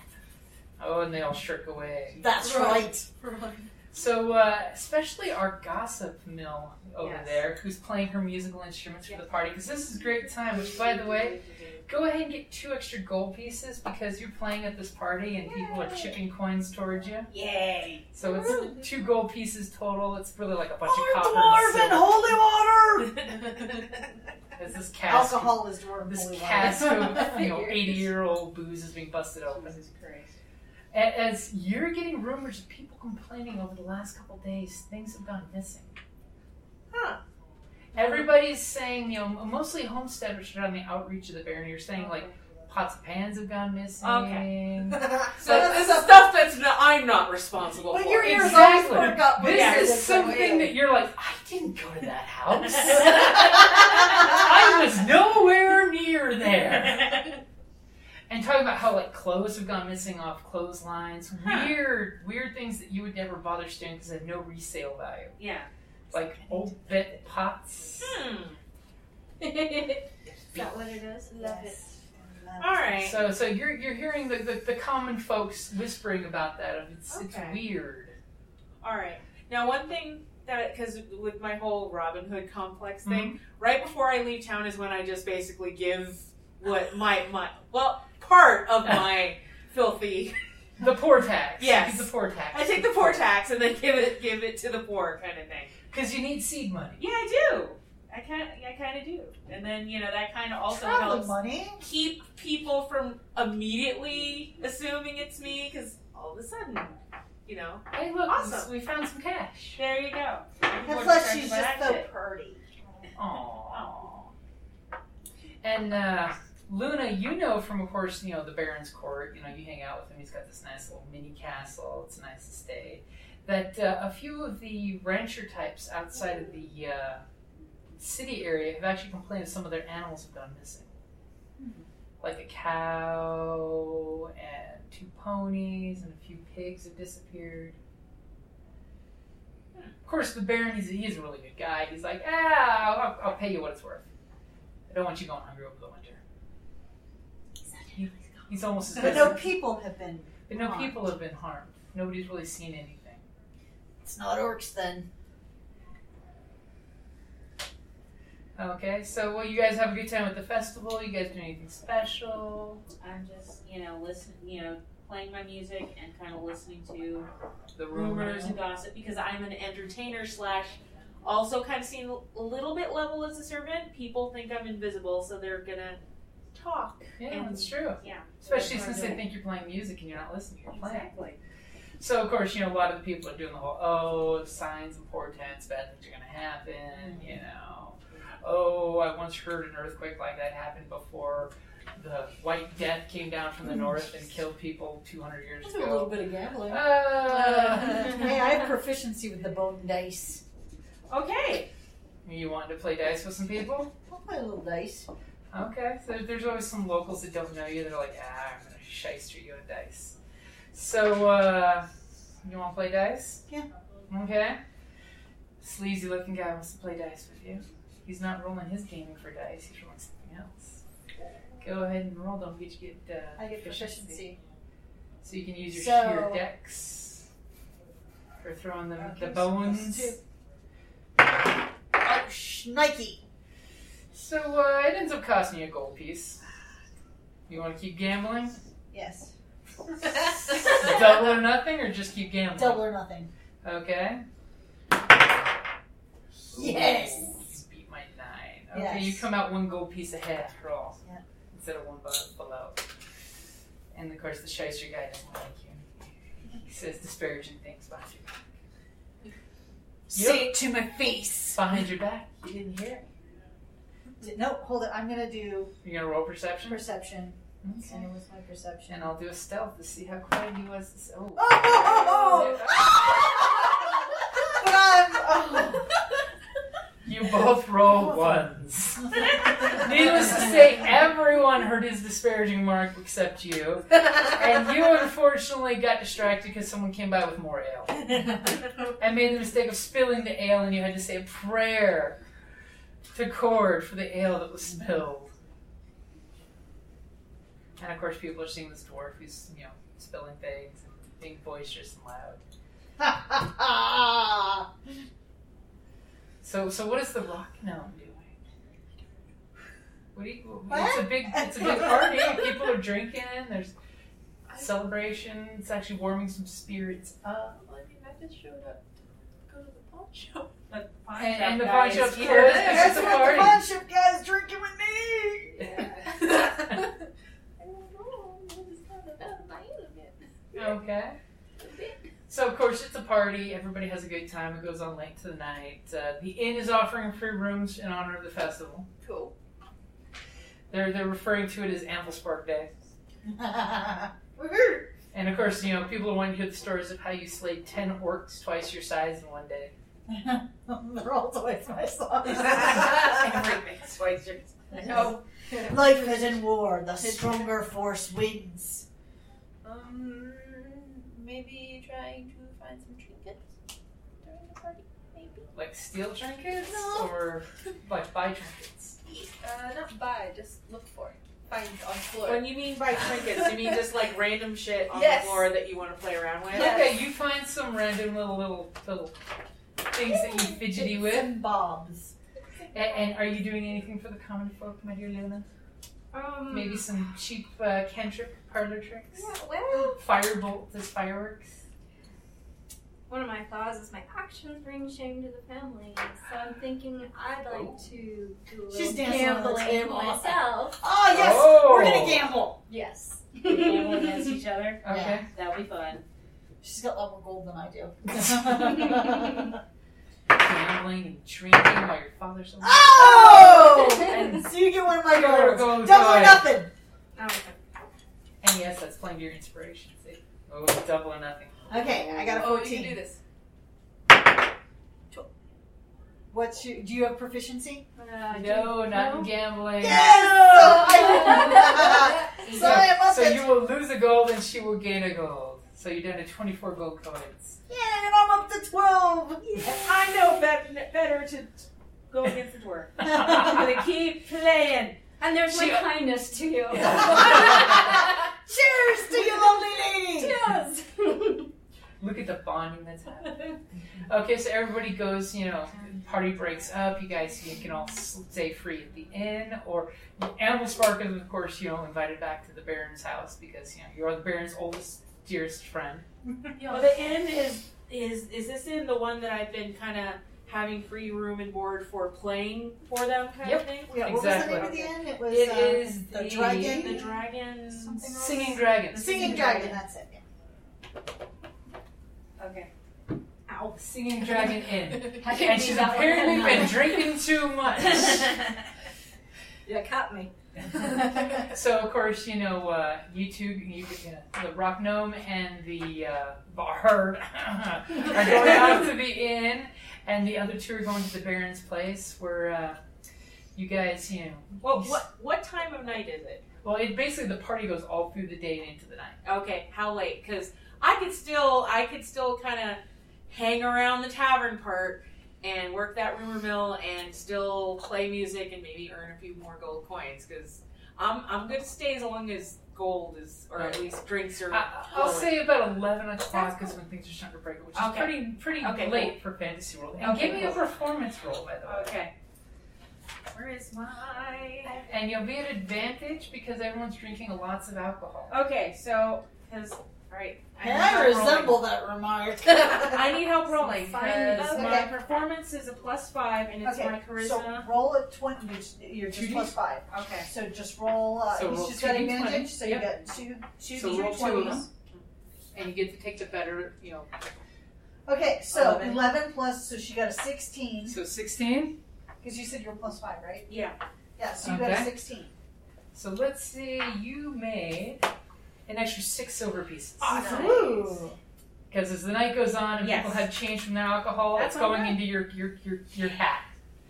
B: Oh, and they all shirk away.
D: That's right.
B: So, uh, especially our gossip mill over
C: Yes.
B: there, who's playing her musical instruments for the party, because this is a great time. Which, by the way, go ahead and get two extra gold pieces because you're playing at this party and people are chipping coins towards you.
C: Yay!
B: So it's two gold pieces total. It's really like a bunch
D: Arm
B: of copper.
D: dwarf and
B: and
D: holy water!
B: silver. As this cask,
D: Alcohol is dwarf
B: this
D: holy
B: cask
D: water.
B: of you know eighty-year-old booze is being busted open.
C: This is crazy.
B: A- As you're getting rumors of people complaining over the last couple days, things have gone missing.
C: Huh.
B: Everybody's saying, you know, mostly homesteaders are on the outreach of the Baron. You're saying, like, pots and pans have gone missing.
C: Okay.
B: So
C: So this is stuff that's not, I'm not responsible
D: But
C: for.
D: your ears always
B: Exactly.
D: perk up. when
B: This
D: you
B: is
D: say that, don't
B: something
D: you?
B: that you're like, I didn't go to that house. I was nowhere near there. And talking about how like clothes have gone missing off clotheslines,
C: Huh.
B: weird, weird things that you would never bother stealing because they have no resale value.
C: yeah.
B: Like old bent pots.
C: Hmm.
G: Is that what it is?
E: Love it.
C: All right.
B: So, so you're you're hearing the, the, the common folks whispering about that. It's it's
C: Okay.
B: weird.
C: All right. Now, one thing that because with my whole Robin Hood complex thing, right before I leave town is when I just basically give what my my well part of my filthy.
B: The poor tax.
C: Yes.
B: The poor tax.
C: I take the poor tax and then give it give it to the poor kind of thing.
B: Because you need seed money.
C: Yeah, I do. I kind I kind of do, and then you know that kind of also helps
D: money.
C: keep people from immediately assuming it's me because all of a sudden, you know,
B: Hey, look,
C: Awesome.
B: we found some cash.
C: there you go.
D: And
C: Everyone
D: plus,
C: starts
D: she's
C: by
D: just
C: that
D: so
C: shit.
D: purty.
B: Aww. And uh, Luna, you know from of course, you know the Baron's court. You know you hang out with him. He's got this nice little mini castle. It's nice to stay. That uh, a few of the rancher types outside of the uh, city area have actually complained that some of their animals have gone missing, like a cow and two ponies and a few pigs have disappeared. Of course, the Baron, he's, he's a really good guy. He's like, ah, I'll, I'll pay you what it's worth. I don't want you going hungry over the winter. He- He's almost as
D: But
B: good.
D: no people have been.
B: but no
D: harmed.
B: people have been harmed. Nobody's really seen anything.
D: It's not orcs then.
B: Okay, so well, you guys have a good time at the festival. You guys do anything special?
H: I'm just, you know, listening, you know, playing my music and kind of listening to
B: The
H: rumors
B: rumors.
H: and gossip because I'm an entertainer slash also kind of seen a little bit level as a servant. People think I'm invisible, so they're gonna talk.
B: Yeah, that's true.
H: Yeah.
B: Especially
H: That's what
B: since
H: I'm
B: they
H: doing.
B: think you're playing music and you're not listening. You're playing.
H: Exactly.
B: So of course, you know, a lot of the people are doing the whole oh signs and portents, bad things are gonna happen,
H: Mm-hmm.
B: you know. Oh, I once heard an earthquake like that happened before the White Death came down from the north and killed people two hundred years
H: Mm-hmm. That's a little
B: ago.
H: bit of gambling.
B: Uh,
D: hey, I have proficiency with the bone dice.
C: Okay,
B: you want to play dice with some people?
D: I'll play a little dice.
B: Okay, so there's always some locals that don't know you. They're like, ah, I'm gonna shyster you in dice. So, uh, you want to play dice?
D: Yeah.
B: Okay. Sleazy looking guy wants to play dice with you. He's not rolling his gaming for dice. He's rolling something else. Go ahead and roll. Don't forget you get. Uh,
D: I get proficiency.
B: So you can use your
D: So-
B: sheer dex for throwing them
D: Okay,
B: the
D: so plus
B: bones.
D: two. Oh, shnikey.
B: So uh, it ends up costing you a gold piece. You want to keep gambling?
D: Yes.
B: Double or nothing, or just keep gambling?
D: Double or nothing.
B: Okay.
D: Yes.
B: Ooh, you beat my nine. Okay,
D: Yes.
B: you come out one gold piece ahead after all.
D: Yeah.
B: Instead of one bu- below. And of course, the shyster guy doesn't like you. He says disparaging things behind your back.
D: Say it to my face.
B: Behind your back, you didn't hear it.
D: No, hold it. I'm gonna do
B: You're gonna roll perception,
D: perception,
B: Okay.
D: and it was my perception.
B: and I'll do a stealth to see how quiet he was. This- oh.
D: Oh, oh, oh, oh. but I'm. Oh.
B: You both roll ones. Needless to say, everyone heard his disparaging mark except you. And you unfortunately got distracted because someone came by with more ale. And made the mistake of spilling the ale, and you had to say a prayer to Cord for the ale that was spilled. And of course, people are seeing this dwarf who's, you know, spilling things and being boisterous and loud. So, so what is the rock gnome doing? What do you, it's a big, it's a big party. People are drinking. There's celebration. It's actually warming some spirits up.
F: Well, Um, I mean, I just showed up to go to the pawn shop.
H: But the pawn
B: And,
H: shop
B: and the
H: guy
B: pawn
H: is
B: shop's closed.
H: here.
B: It's
D: That's
B: a
D: what the
B: party.
D: pawn shop guy is drinking with me.
F: I don't know. I just kind of done my element.
B: Okay. So of course it's a party. Everybody has a good time. It goes on late to the night. Uh, the inn is offering free rooms in honor of the festival.
F: Cool.
B: They're they're referring to it as Ample Spark Day.
D: Woohoo.
B: And of course, you know people want to hear the stories of how you slayed ten orcs twice your size in one day.
D: They're all twice my size.
H: Everything's twice your size.
D: No. Life is in war. The stronger force wins.
F: Um, maybe trying to find some trinkets during the party. Maybe.
B: Like steal trinkets
F: No.
B: or like buy trinkets.
F: Uh, not buy, just look for it. Find on floor.
C: when you mean by trinkets, you mean just like random shit on
F: Yes.
C: the floor that you want to play around with.
F: Yes.
B: Okay, you find some random little little little things that you fidgety with.
E: Some bobs.
B: A- And are you doing anything for the common folk, my dear Luna?
G: Um,
B: Maybe some cheap uh, cantrip parlor tricks?
G: Yeah, well,
B: Firebolt as fireworks?
G: one of my flaws is my actions bring shame to the family, so I'm thinking I'd
B: Oh.
G: like to do a little
E: She's dancing on the
G: gambling
E: table.
G: myself.
E: Oh yes, we're gonna
B: Oh.
E: gamble.
G: Yes.
C: Gamble against each other.
B: Okay.
C: That'll be fun.
E: She's got a lot more gold than I do.
B: Gambling and drinking while your father's away.
E: oh! so you get one of my
B: Go, go,
E: gold. Ah! Double
B: go.
E: or nothing.
G: Okay.
B: And yes, that's playing to your inspiration. See? Oh, double or nothing.
E: Okay, I got a
F: Oh, you can do
E: fourteen.
F: this.
E: What's your? Do you have proficiency?
G: Uh,
B: no, not in gambling.
E: Yes. So I did. so
B: Yeah,
E: I must
B: So
E: have.
B: you will lose a gold and she will gain a gold. So you're down to 24 gold coins.
E: yeah, and I'm up to twelve.
C: I know bet- better to go against the dwarf. I'm gonna keep playing.
G: And there's my
B: She-
G: kindness to you.
E: Cheers to you, lovely lady.
G: Cheers.
B: Look at the bonding that's happening. Okay, so everybody goes, you know, party breaks up. You guys you can all s- stay free at the inn. Or Animal Spark is, of course, you know, invited back to the Baron's house because, you know, you're the Baron's oldest, dearest friend.
C: Well, the inn is is is this in the one that I've been kind of having free room and board for playing for them kind
B: Yep.
C: of thing.
E: Yeah, what
B: Exactly.
E: was the name of the end? It was.
B: It
E: uh,
B: is
E: the
B: the-
E: dragon.
C: The dragon.
E: Something else?
B: Singing Dragons.
E: Singing dragon. That's it.
C: Okay.
B: Singing Dragon Inn.
G: I can
B: And
G: be
B: she's
G: that one.
B: apparently been drinking too much.
E: Yeah, caught me.
B: So of course you know uh, you two, you, uh, the rock gnome and the uh, bard are going out to the inn, and the other two are going to the Baron's place where uh, you guys, you know,
C: well, what what time of night is it?
B: well, it basically the party goes all through the day and into the night.
C: Okay, how late? Because I could still, I could still kind of hang around the tavern part and work that rumor mill and still play music and maybe earn a few more gold coins. Because I'm, I'm good to stay as long as gold is, or at least drinks are.
B: I, I'll
C: flowing.
B: say about eleven o'clock is when things are starting to break, up, which is
C: Okay.
B: pretty pretty
C: Okay,
B: late for Fantasy World. And
C: Okay,
B: give me a performance roll, by the way.
C: Okay. Where is my?
B: And you'll be at advantage because everyone's drinking lots of alcohol.
C: Okay, so because all right, I
E: And
C: need help
E: I
C: rolling.
E: resemble that remark.
C: I need help rolling
G: Find-
C: because my performance is a plus five and it's my charisma.
E: so roll a twenty. which You're just
B: Two
E: plus five.
C: okay.
E: So just roll. Uh,
B: So
E: he's
B: roll
E: just
B: two
E: got
B: D20.
E: advantage. So you
B: Yep.
E: got two two
B: So
E: D
B: roll two of
E: 20s.
B: them. And you get to take the better, you know.
E: Okay, so
B: Eleven.
E: 11. plus, so she got a 16.
B: So 16.
E: Because you said you were plus 5, right?
C: Yeah.
E: Yeah, so you got
B: Okay.
E: a 16.
B: So let's say you made an extra six silver pieces.
C: Awesome.
E: Ooh.
B: Because as the night goes on and
C: Yes.
B: people have change from their alcohol,
C: That's
B: it's going
C: alright.
B: into your, your, your, your hat.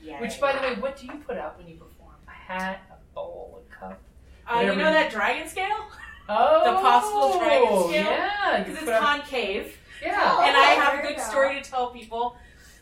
C: Yeah.
B: Which, by the way, what do you put out when you perform? A hat, a bowl, a cup?
C: uh, you
B: whatever
C: know
B: you-
C: that dragon scale?
B: Oh!
C: possible dragon scale?
B: Yeah. you
C: Because it's
B: put out-
C: concave,
E: Oh,
B: yeah.
C: and I have a
G: there
C: good
G: you go.
C: story to tell people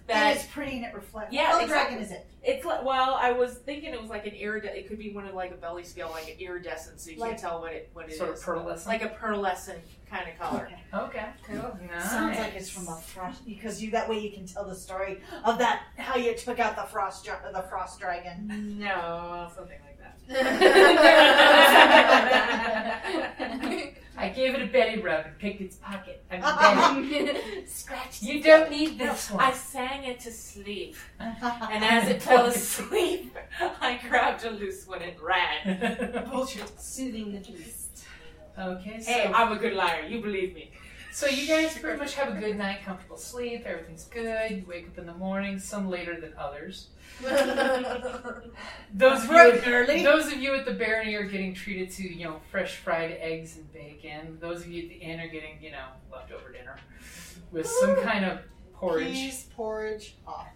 E: And
C: that
E: it's pretty and it reflects.
C: Yeah,
E: How
C: exactly.
E: dragon is it?
C: it's like, well, I was thinking it was like an iridescent. It could be one of like a belly scale, like an iridescent, so you
E: Like-
C: can't tell what it what it is.
B: Sort of pearlescent.
C: like a pearlescent kind of color.
B: okay. Cool. Nice.
E: Sounds like it's from a frost because you that way you can tell the story of that how you took out the frost dra- the frost dragon.
C: no, something like that.
B: I gave it a belly rub and picked its pocket. I'm dead.
E: Scratch.
B: you don't need this one.
C: I sang it to sleep, and as it fell asleep, I grabbed a loose one and ran.
B: Bullshit.
G: Soothing the beast.
B: Okay, so,
C: Hey, I'm a good liar. You believe me.
B: so you guys pretty much have a good night, comfortable sleep, everything's good. You wake up in the morning, some later than others. Those of, you
E: Bright
B: at,
E: and early.
B: those of you at the Barony are getting treated to, you know, fresh fried eggs and bacon. Those of you at the inn are getting, you know, leftover dinner with some kind of porridge.
E: Peas porridge hot.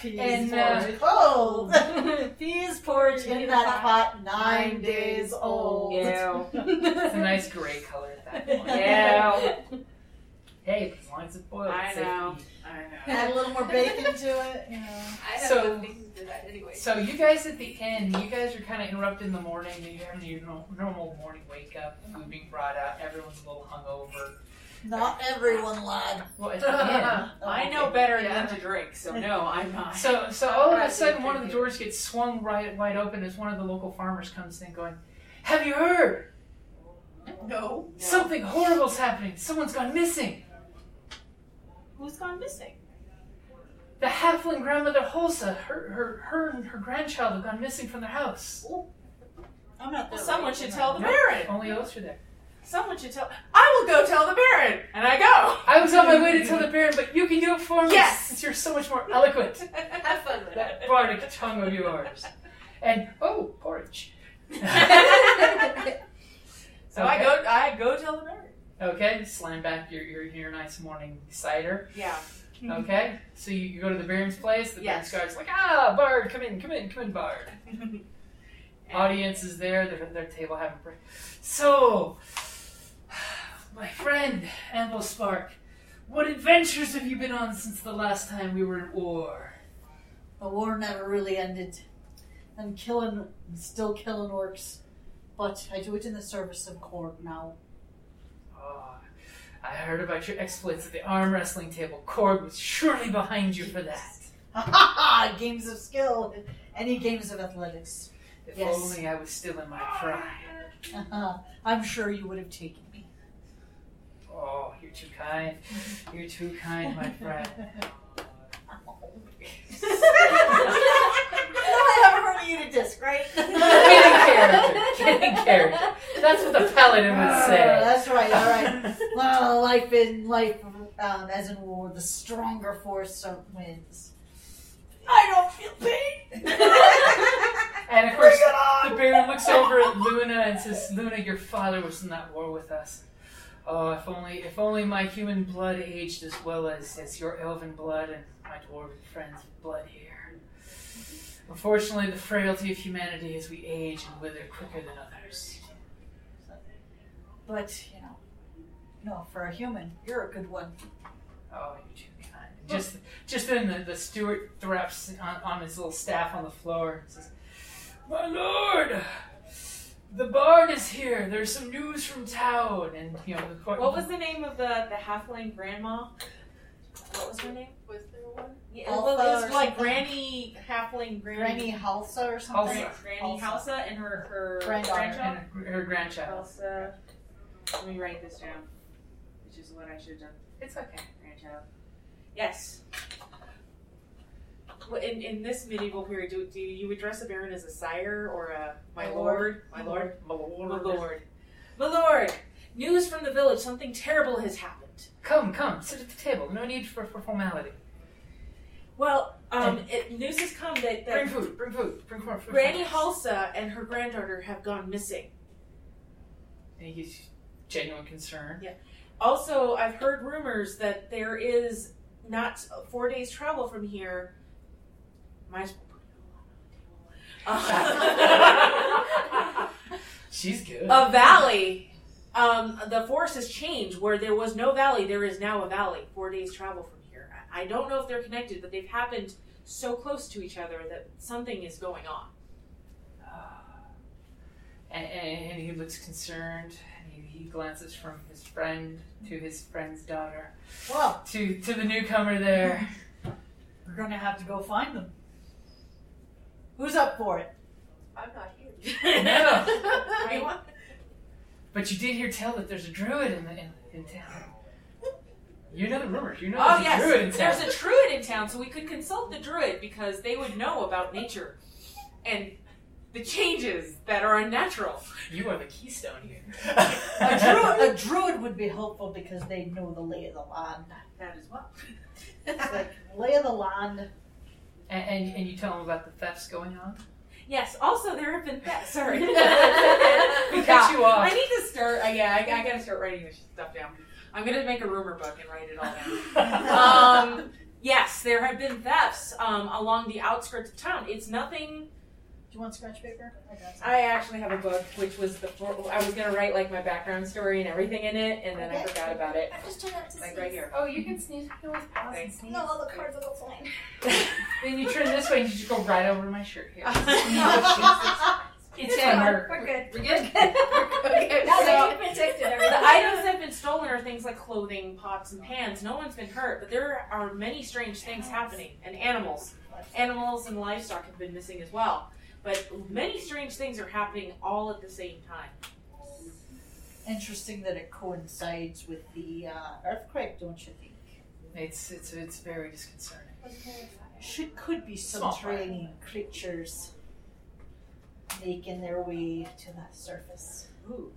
E: Peas
B: And, uh,
E: porridge cold. Peas porridge in that pot nine days old.
C: Yeah.
B: It's a nice gray color at that point.
C: Yeah.
B: Hey, as long as it's boiled,
C: I
B: it's safe to
C: know.
B: eat.
C: I
E: Add a little more bacon to it, you know.
F: I have
B: So-
F: so, things to that anyway.
B: So you guys at the end, you guys are kind of interrupted in the morning. You're having your nor- normal morning wake up, food being brought out, everyone's a little hungover.
D: Not everyone, lad.
H: Well, it's again, I know better than to drink, so no, I'm not.
B: So, so all of a sudden, one of the doors gets swung right wide open as one of the local farmers comes in, going, "Have you heard?
F: No.
B: Something horrible's happening. Someone's gone missing.
C: Who's gone missing?
B: The halfling grandmother Holsa, her, her, her and her grandchild have gone missing from their house.
D: I'm not.
C: Well,
D: that
C: someone
D: way.
C: should tell the
B: No.
C: Baron.
B: Only those are there.
C: Someone should tell. I will go tell the Baron, and I go.
B: I was on my way to tell the Baron, but you can do it for me.
C: Yes.
B: since you're so much more eloquent.
F: Have fun with it.
B: That bardic tongue of yours. And oh, porridge.
C: So I go. I go tell the Baron.
B: Okay, slam back your your, your nice morning cider.
C: Yeah.
B: Okay, so you, you go to the Baron's place. The
C: Yes.
B: Baron's guard's like, ah, Bard, come in, come in, come in, Bard. Audience is there. They're at their table having breakfast. So, my friend Ambo Spark, what adventures have you been on since the last time we were at war?
D: The war never really ended. I'm killing, still killing orcs, but I do it in the service of Korg now.
B: Oh, I heard about your exploits at the arm wrestling table. Korg was surely behind you for that.
D: Ha ha ha! Games of skill, any games of athletics.
B: If
D: Yes.
B: only I was still in my prime.
D: Uh-huh. I'm sure you would have taken me.
B: Oh, you're too kind. You're too kind, my friend.
D: I haven't heard you to disc, right?
B: Kidding character. Kidding character. That's what the paladin would say.
D: That's right. All right. Well, life in life, um, as in war, the stronger force are- wins. I don't feel pain.
B: And of course, the Baron looks over at Luna and says, "Luna, your father was in that war with us. Oh, if only, if only my human blood aged as well as, as your elven blood and my dwarven friend's blood here. Unfortunately, the frailty of humanity is we age and wither quicker than others.
D: But you know, no, for a human, you're a good one.
B: Oh, you're too kind. Just, just then the, the steward thraps on, on his little staff on the floor and says, My lord, the bard is here. There's some news from town. And, you know, the court.
C: What was the name of the the halfling grandma? What was her name?
E: Was there one?
C: Yeah,
D: Alpha
C: well,
D: or
C: it's like
D: something.
C: Granny halfling Granny.
D: Granny Halsa or something.
B: Halsa.
C: Granny Halsa and her her
D: Granddaughter.
B: And
C: grandchild.
B: her, her grandchild.
C: Elsa. Let me write this down, which is what I should have done. It's okay, grandchild. Yes. Well, In, in this medieval period, do, do you address a baron as a sire or a my,
D: My
C: lord?
D: lord.
C: My lord?
B: My lord.
C: My lord. My lord! News from the village. Something terrible has happened.
B: Come, come, sit at the table. No need for, for formality.
C: Well, um, it, news has come
B: Bring
C: that, that
B: food, bring food, bring more food.
C: Granny Halsa and her granddaughter have gone missing.
B: And he's genuine concern.
C: Also, I've heard rumors that there is not four days travel from here. Might as well put it all on
B: She's good.
C: the table. a valley. Um, the forest has changed. Where there was no valley, there is now a valley. Four days travel from here. I, I don't know if they're connected, but they've happened so close to each other that something is going on.
B: and, and he looks concerned. And he, he glances from his friend to his friend's daughter
D: Well,
B: to to the newcomer there.
C: Mm-hmm.
D: we're gonna have to go find them. Who's up for it?
F: I'm not here.
B: no,
C: Right?
B: but you did hear tell that there's a druid in the in, in town. You know the rumors. You know
C: Oh
B: there's a druid in
C: yes,
B: town.
C: there's a druid in town, so we could consult the druid because they would know about nature and the changes that are unnatural.
B: You are the keystone here.
D: A druid, a druid would be helpful because they know the lay of the land.
C: That is well.
D: It's like lay of the land.
B: And, and, and you tell him about the thefts going on.
C: Yes. Also, there have been that. Sorry, we
B: We
C: got
B: cut you off.
C: I need to start. Uh, yeah, I, I gotta start writing this stuff down. I'm gonna make a rumor book and write it all down. um, yes, there have been thefts um, along the outskirts of town. It's nothing.
D: Do you want scratch paper? I got some.
C: I actually have a book which was the fir- I was gonna write like my background story and everything in it, and then I
G: Okay.
C: forgot about it.
G: I'm just trying not to
C: Like
G: sneeze.
C: right here.
H: Oh, you can sneeze. You can always pause and sneeze.
G: No, all the cards will go flying.
B: Then you turn this way and you just go right over my shirt here.
C: It's
G: fine.
C: in her.
G: We're good.
C: We're good.
G: Now
C: So-
G: that you've been addicted,
C: The items that have been stolen are things like clothing, pots, and pans. No one's been hurt, but there are many strange things happening, and animals. Animals and livestock have been missing as well. But many strange things are happening all at the same time.
D: Interesting that it coincides with the uh, earthquake, don't you think?
B: It's it's it's very disconcerting.
D: Should could be
B: Small
D: subterranean creatures making their way to that surface.
B: Ooh.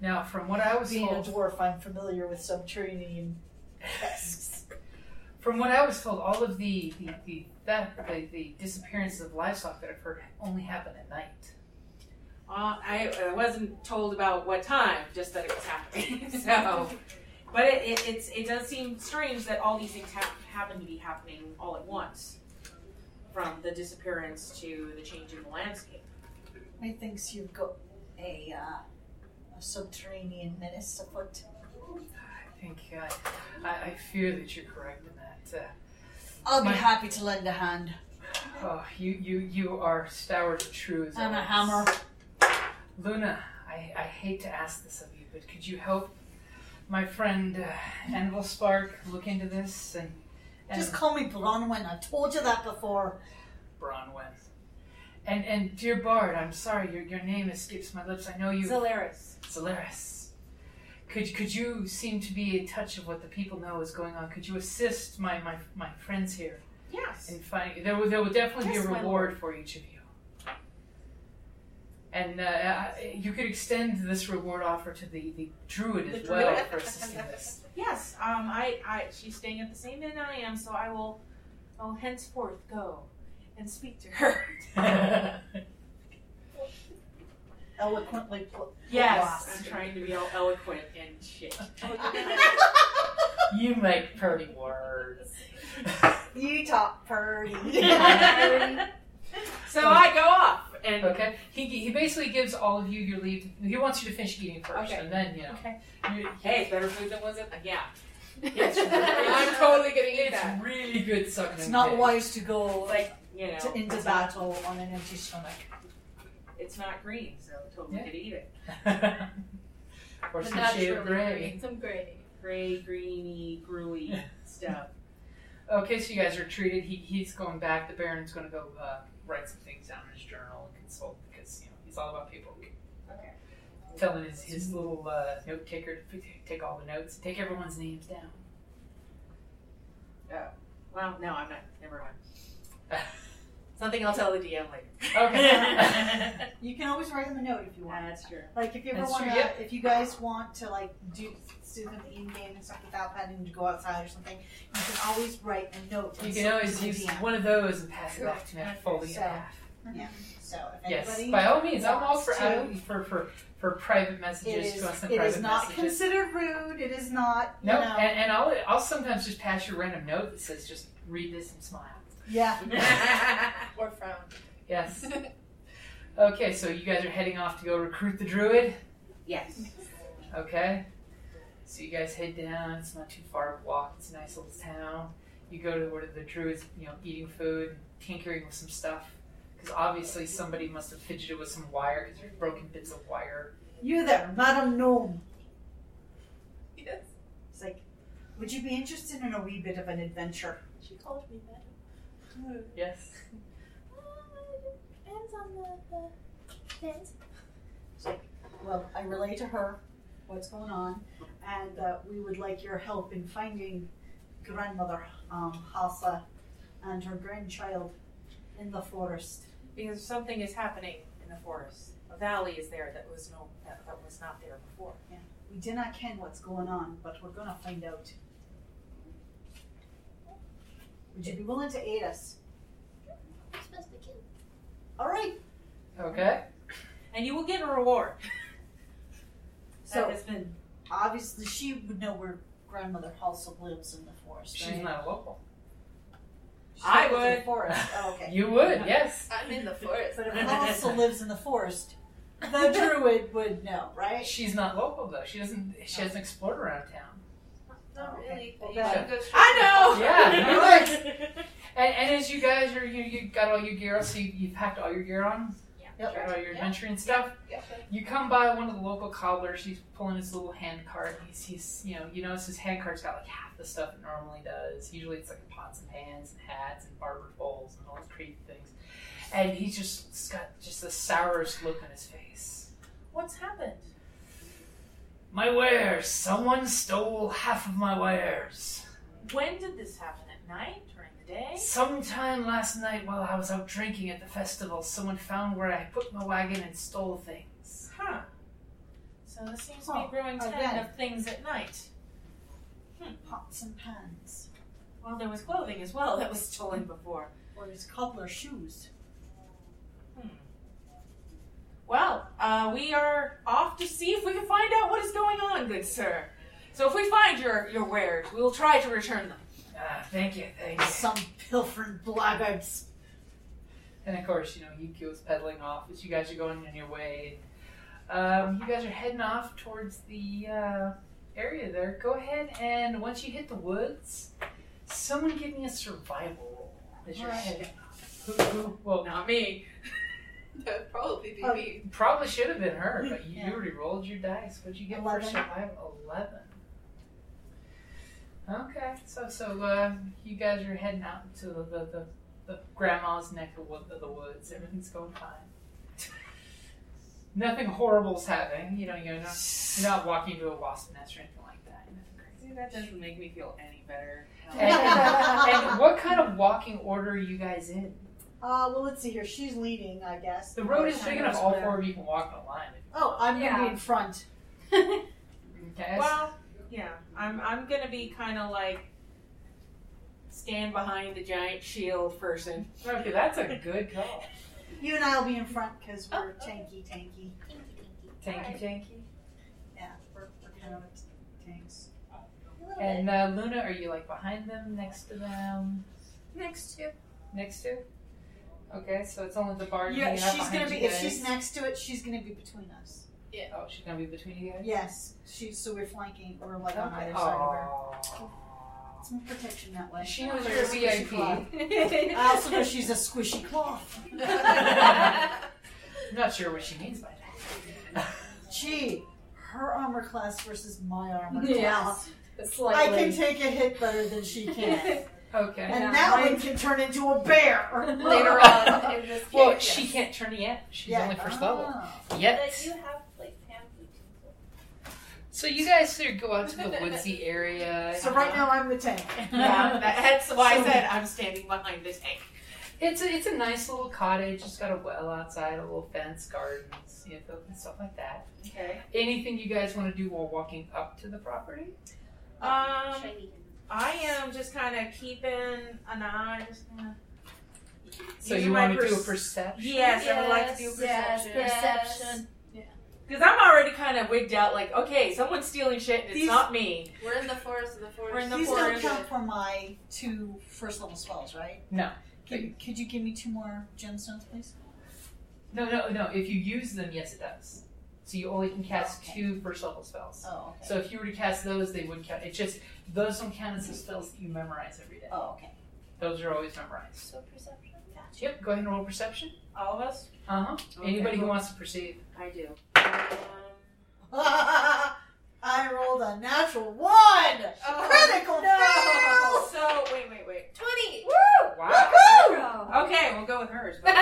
B: Now, from what I was
D: Being a
B: told,
D: dwarf, I'm familiar with subterranean pests.
B: From what I was told, all of the the the, theft, the, the disappearances of livestock that occurred only happen at night.
C: Uh, I, I wasn't told about what time, just that it was happening. so, but it, it, it's, it does seem strange that all these things hap happen to be happening all at once, from the disappearance to the change in the landscape.
D: I think you've got a, uh, a subterranean menace afoot.
B: I think uh, I, I fear that you're correct in that. uh,
D: I'll be
B: My-
D: happy to lend a hand
B: Uh, oh, you you you are stout and true as
D: and a
B: always.
D: hammer.
B: Luna, I, I hate to ask this of you, but could you help my friend uh, Anvil Spark look into this and, and
D: Just call me Bronwyn. I told you that before.
B: Bronwyn? And and dear Bard, I'm sorry your your name escapes my lips. I know you.
C: Solaris.
B: Solaris. Could, could you seem to be in touch of what the people know is going on? Could you assist my, my, my friends here
C: Yes.
B: in finding? There will there will definitely
C: Yes,
B: be a
C: my
B: reward for each of you. And uh, I- you could extend this reward offer to the, the druid as
C: The
B: well
C: druid?
B: for assisting this.
C: Yes. Um, I, I, she's staying at the same inn I am, so I will, I'll henceforth go and speak to her.
D: Eloquently put.
C: yes. I'm trying to be all eloquent and shit.
B: you make pretty words.
D: You talk purdy.
C: So I go off and
B: okay. He, he basically gives all of you your leave. He wants you to finish eating first,
C: Okay.
B: and then you know.
C: Okay.
B: You,
C: Hey, it's better food than was it? Yeah.
B: Yes, you will.
C: I'm totally gonna eat
B: It's
C: that.
B: really good sucking.
D: it's not
B: dick.
D: wise to go
C: Like, you know,
D: to, into
C: it's not-
D: battle on an empty stomach.
C: It's not green, so totally
B: Yeah.
C: could eat it.
B: or
E: The
B: some shade
E: naturally
B: of gray.
E: green. Some gray.
C: Gray, greeny, gruey stuff.
B: Okay, so you guys are treated. He, he's going back. The Baron's going to go uh, write some things down in his journal and consult because you know he's all about paperwork.
C: Okay.
B: Telling his, his little uh, note taker to p- take all the notes, take everyone's names down.
C: Well, no, I'm not. Never mind. Something I'll tell the DM later.
B: Okay.
D: You can always write them a note if you want.
C: That's true.
D: Like if you ever
B: That's
D: want
B: true,
D: to,
B: yeah.
D: if you guys want to like do student in game and stuff without having to go outside or something, you can always write a note.
B: you
D: and
B: can
D: send
B: always
D: to
B: use
D: DM.
B: one of those and pass it back to me. after folding it
D: So-
B: in half.
D: So if
B: Yes,
D: anybody,
B: by all means, I'm all
D: wants
B: for
D: to-
B: out- for for for private
D: it
B: messages.
D: is,
B: to us and
D: it
B: private
D: is not
B: messages.
D: considered rude. It is not. You
B: No,
D: know,
B: and, and I'll I'll sometimes just pass you a random note that says just read this and smile.
D: yeah.
E: Or frown.
B: Yes. okay, so you guys are heading off to go recruit the druid.
C: yes.
B: Okay. So you guys head down. It's not too far of a walk. It's a nice little town. You go to where the druid's, you know, eating food, tinkering with some stuff. Because obviously somebody must have fidgeted with some wire because there's broken bits of wire.
D: You there, Madam Gnome.
E: Yes.
D: It's like, would you be interested in a wee bit of an adventure?
E: She called me madam.
B: Yes.
E: Depends on the. the depends.
D: Well, I relay to her what's going on, and uh, we would like your help in finding grandmother um, Hasa and her grandchild in the forest.
C: Because something is happening in the forest. A valley is there that was no that, that was not there before.
D: We do not ken what's going on, but we're gonna find out. Would you be willing to aid us?
E: It's supposed to kill.
D: All right.
B: Okay.
C: And you will get a reward.
D: So
C: that has been
D: obviously she would know where grandmother Halsa lives in the forest.
B: She's
D: right?
B: not a local.
D: She
C: I
D: lives in the
C: would.
D: forest. Oh, okay.
B: You would, yes.
E: I'm in the forest.
D: But if Halsa lives in the forest, the druid would know, right?
B: She's not local though. She doesn't. She hasn't explored around town.
E: Not
D: Okay.
E: really. but
D: Well,
E: you
B: then-
E: should go straight
C: I know.
B: Yeah. you're right. and, and as you guys are, you you got all your gear. on, So you, you packed all your gear on.
E: Yeah.
D: Yep.
B: Check out your adventure and stuff. You come by one of the local cobblers. He's pulling his little hand cart. He's, he's, you know, you notice his hand cart's got like half the stuff it normally does. Usually it's like pots and pans and hats and barber bowls and all those crazy things. And he's just he's got just the sourest look on his face.
F: What's happened?
B: My wares. Someone stole half of my wares.
C: When did this happen? At night? During the day?
B: Sometime last night while I was out drinking at the festival, someone found where I put my wagon and stole things.
C: Huh. So this seems
D: Huh,
C: to be growing
D: I
C: ten
D: bet.
C: of things at night. Hmm.
D: Pots and pans. Hmm.
C: Well, there was clothing as well that was stolen before. Hmm.
D: Or his cobbler shoes.
C: Well, uh, we are off to see if we can find out what is going on, good sir. So if we find your, your wares, we will try to return them.
B: Ah, thank you, thank you.
D: Some pilfering blackguard
B: And of course, you know, he goes pedaling off as you guys are going on your way. Um, you guys are heading off towards the uh, area there. Go ahead and once you hit the woods, someone give me a survival roll as you're heading off. Who, who, well,
C: Not me.
E: That would probably be
D: Oh.
E: me.
B: probably should have been her, but you,
D: Yeah.
B: you already rolled your dice. What'd you get
D: Eleven.
B: for survival? Eleven. Okay, so so uh, you guys are heading out into the, the, the, the grandma's neck of, wood, of the woods. Everything's going fine. Nothing horrible's happening. You know, you're not, you're not walking into a wasp nest or anything like that.
C: See, that doesn't make me feel any better.
B: And, and what kind of walking order are you guys in?
D: Uh, well, let's see here. She's leading, I guess.
B: The road is big enough. All four of you can walk in a line. if you
D: Oh,
B: want.
D: I'm gonna
C: Yeah.
D: be in front.
B: Okay,
C: Well, yeah, I'm, I'm gonna be kind of like stand behind the giant shield person.
B: okay, that's a good call.
D: You and I'll be in front because
B: Oh,
D: we're tanky, tanky.
B: Tanky tanky.
D: Yeah, we're, we're kind of tanks.
B: And uh, Luna, are you like behind them, next to them,
F: Next to
B: next to? Okay, so it's only the bar.
D: Yeah,
B: you have
D: she's
B: behind
D: gonna be.
B: you
D: If she's
B: guys.
D: next to it, she's gonna be between us.
B: Oh, she's gonna be between you guys.
D: Yes, she's so we're flanking or like on
B: Okay.
D: either side of her.
B: Aw.
D: Some protection that way.
B: She knows
D: She's
B: you're a
D: a squishy
B: VIP.
D: cloth. I also know she's a squishy cloth.
B: Not sure what she means by that.
D: Gee, her armor class versus my armor class.
F: Yes.
D: I
F: slightly.
D: can take a hit better than she can,
B: okay.
D: and
F: Yeah,
D: that
F: mine-
D: one can turn into a bear
F: later on in this game.
B: Well,
F: yes.
B: she can't turn it yet. She's
D: Yeah.
B: only first level
D: Ah.
B: yet.
E: But you have like family people.
B: So you guys sort of go out to the woodsy area.
D: So
B: you
D: right
B: know.
D: now I'm the tank.
C: yeah, that's why I
D: So-
C: said I'm standing behind the tank.
B: It's a, it's a nice little cottage. It's got a well outside, a little fence, gardens, you know, and stuff like that.
C: Okay.
B: Anything you guys want to do while walking up to the property?
C: Um,
E: Shiny.
C: I am just kind of keeping an eye. Just gonna...
B: So
C: These
B: you
C: are my
B: want to do a
C: pers-
B: perception?
C: Yes, I would like to do a
F: Yes,
C: perception.
F: yes.
E: Perception.
C: Because I'm already kind of wigged out, like, okay, someone's stealing shit and it's
D: These-
C: not me.
E: We're in the forest. In the forest.
C: We're in the
D: These
C: forest.
D: don't count for my two first level spells, right?
B: No.
D: Could, could you give me two more gemstones, please?
B: No, no, no. If you use them, yes, it does. So you only can cast
D: Okay.
B: two first level spells.
D: Oh, okay.
B: So if you were to cast those, they wouldn't count. It's just those don't count as the spells that you memorize every day.
D: oh, okay.
B: Those are always memorized.
E: So perception.
B: Yep. Go ahead and roll perception.
C: All of us?
B: Uh huh.
C: Okay.
B: Anybody who wants to perceive.
C: I do. Uh,
D: I rolled a natural one.
C: Oh,
D: Critical fail.
C: So, wait, wait, wait.
F: 20!
B: Wow.
C: Okay, we'll go with hers. but-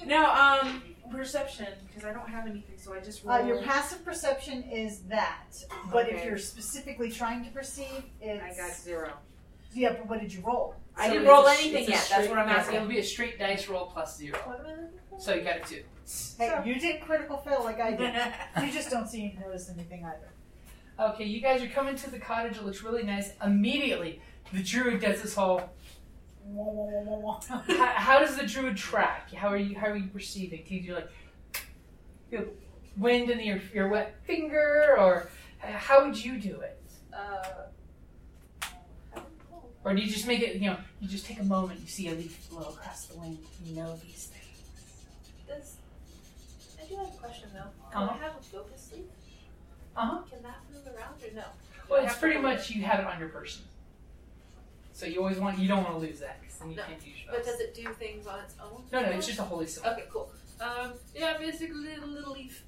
F: Woo!
C: no, um, perception, because I don't have anything, so I just roll.
D: Uh, your passive perception is that, but if
C: Okay.
D: you're specifically trying to perceive, it's
C: I got zero.
D: yeah. But what did you roll?
C: I
B: So
C: didn't
B: it's
C: roll
B: a- it's
C: anything
B: a
C: yet. That's
B: straight-
C: what I'm
B: yeah,
C: asking.
B: It'll be a straight dice roll plus zero. So you got a two.
D: Hey, you did critical fail like I did.
C: okay,
D: you just don't seem to notice anything either.
B: Okay, you guys are coming to the cottage. It looks really nice. Immediately, the druid does this whole.
D: Wah, wah, wah, wah, wah.
B: How, how does the druid track? How are you? How are you perceiving? Do you like feel wind in your your wet finger, or uh, how would you do it?
F: Uh, Oh,
B: Or do you just make it? You know, you just take a moment. You see a leaf blow across the wind. You know these things.
F: does, I do have a question though. Can
B: Uh-huh.
F: I have a focus sleep?
B: Uh-huh.
F: Can that move around or no?
B: Well, it's pretty much you have it on your person. So you always want you don't want to lose that because then you
F: No,
B: can't use your
F: But does it do things on its own?
B: No, no, it's just a holy symbol.
F: Okay, cool. Um, yeah, basically a little leaf.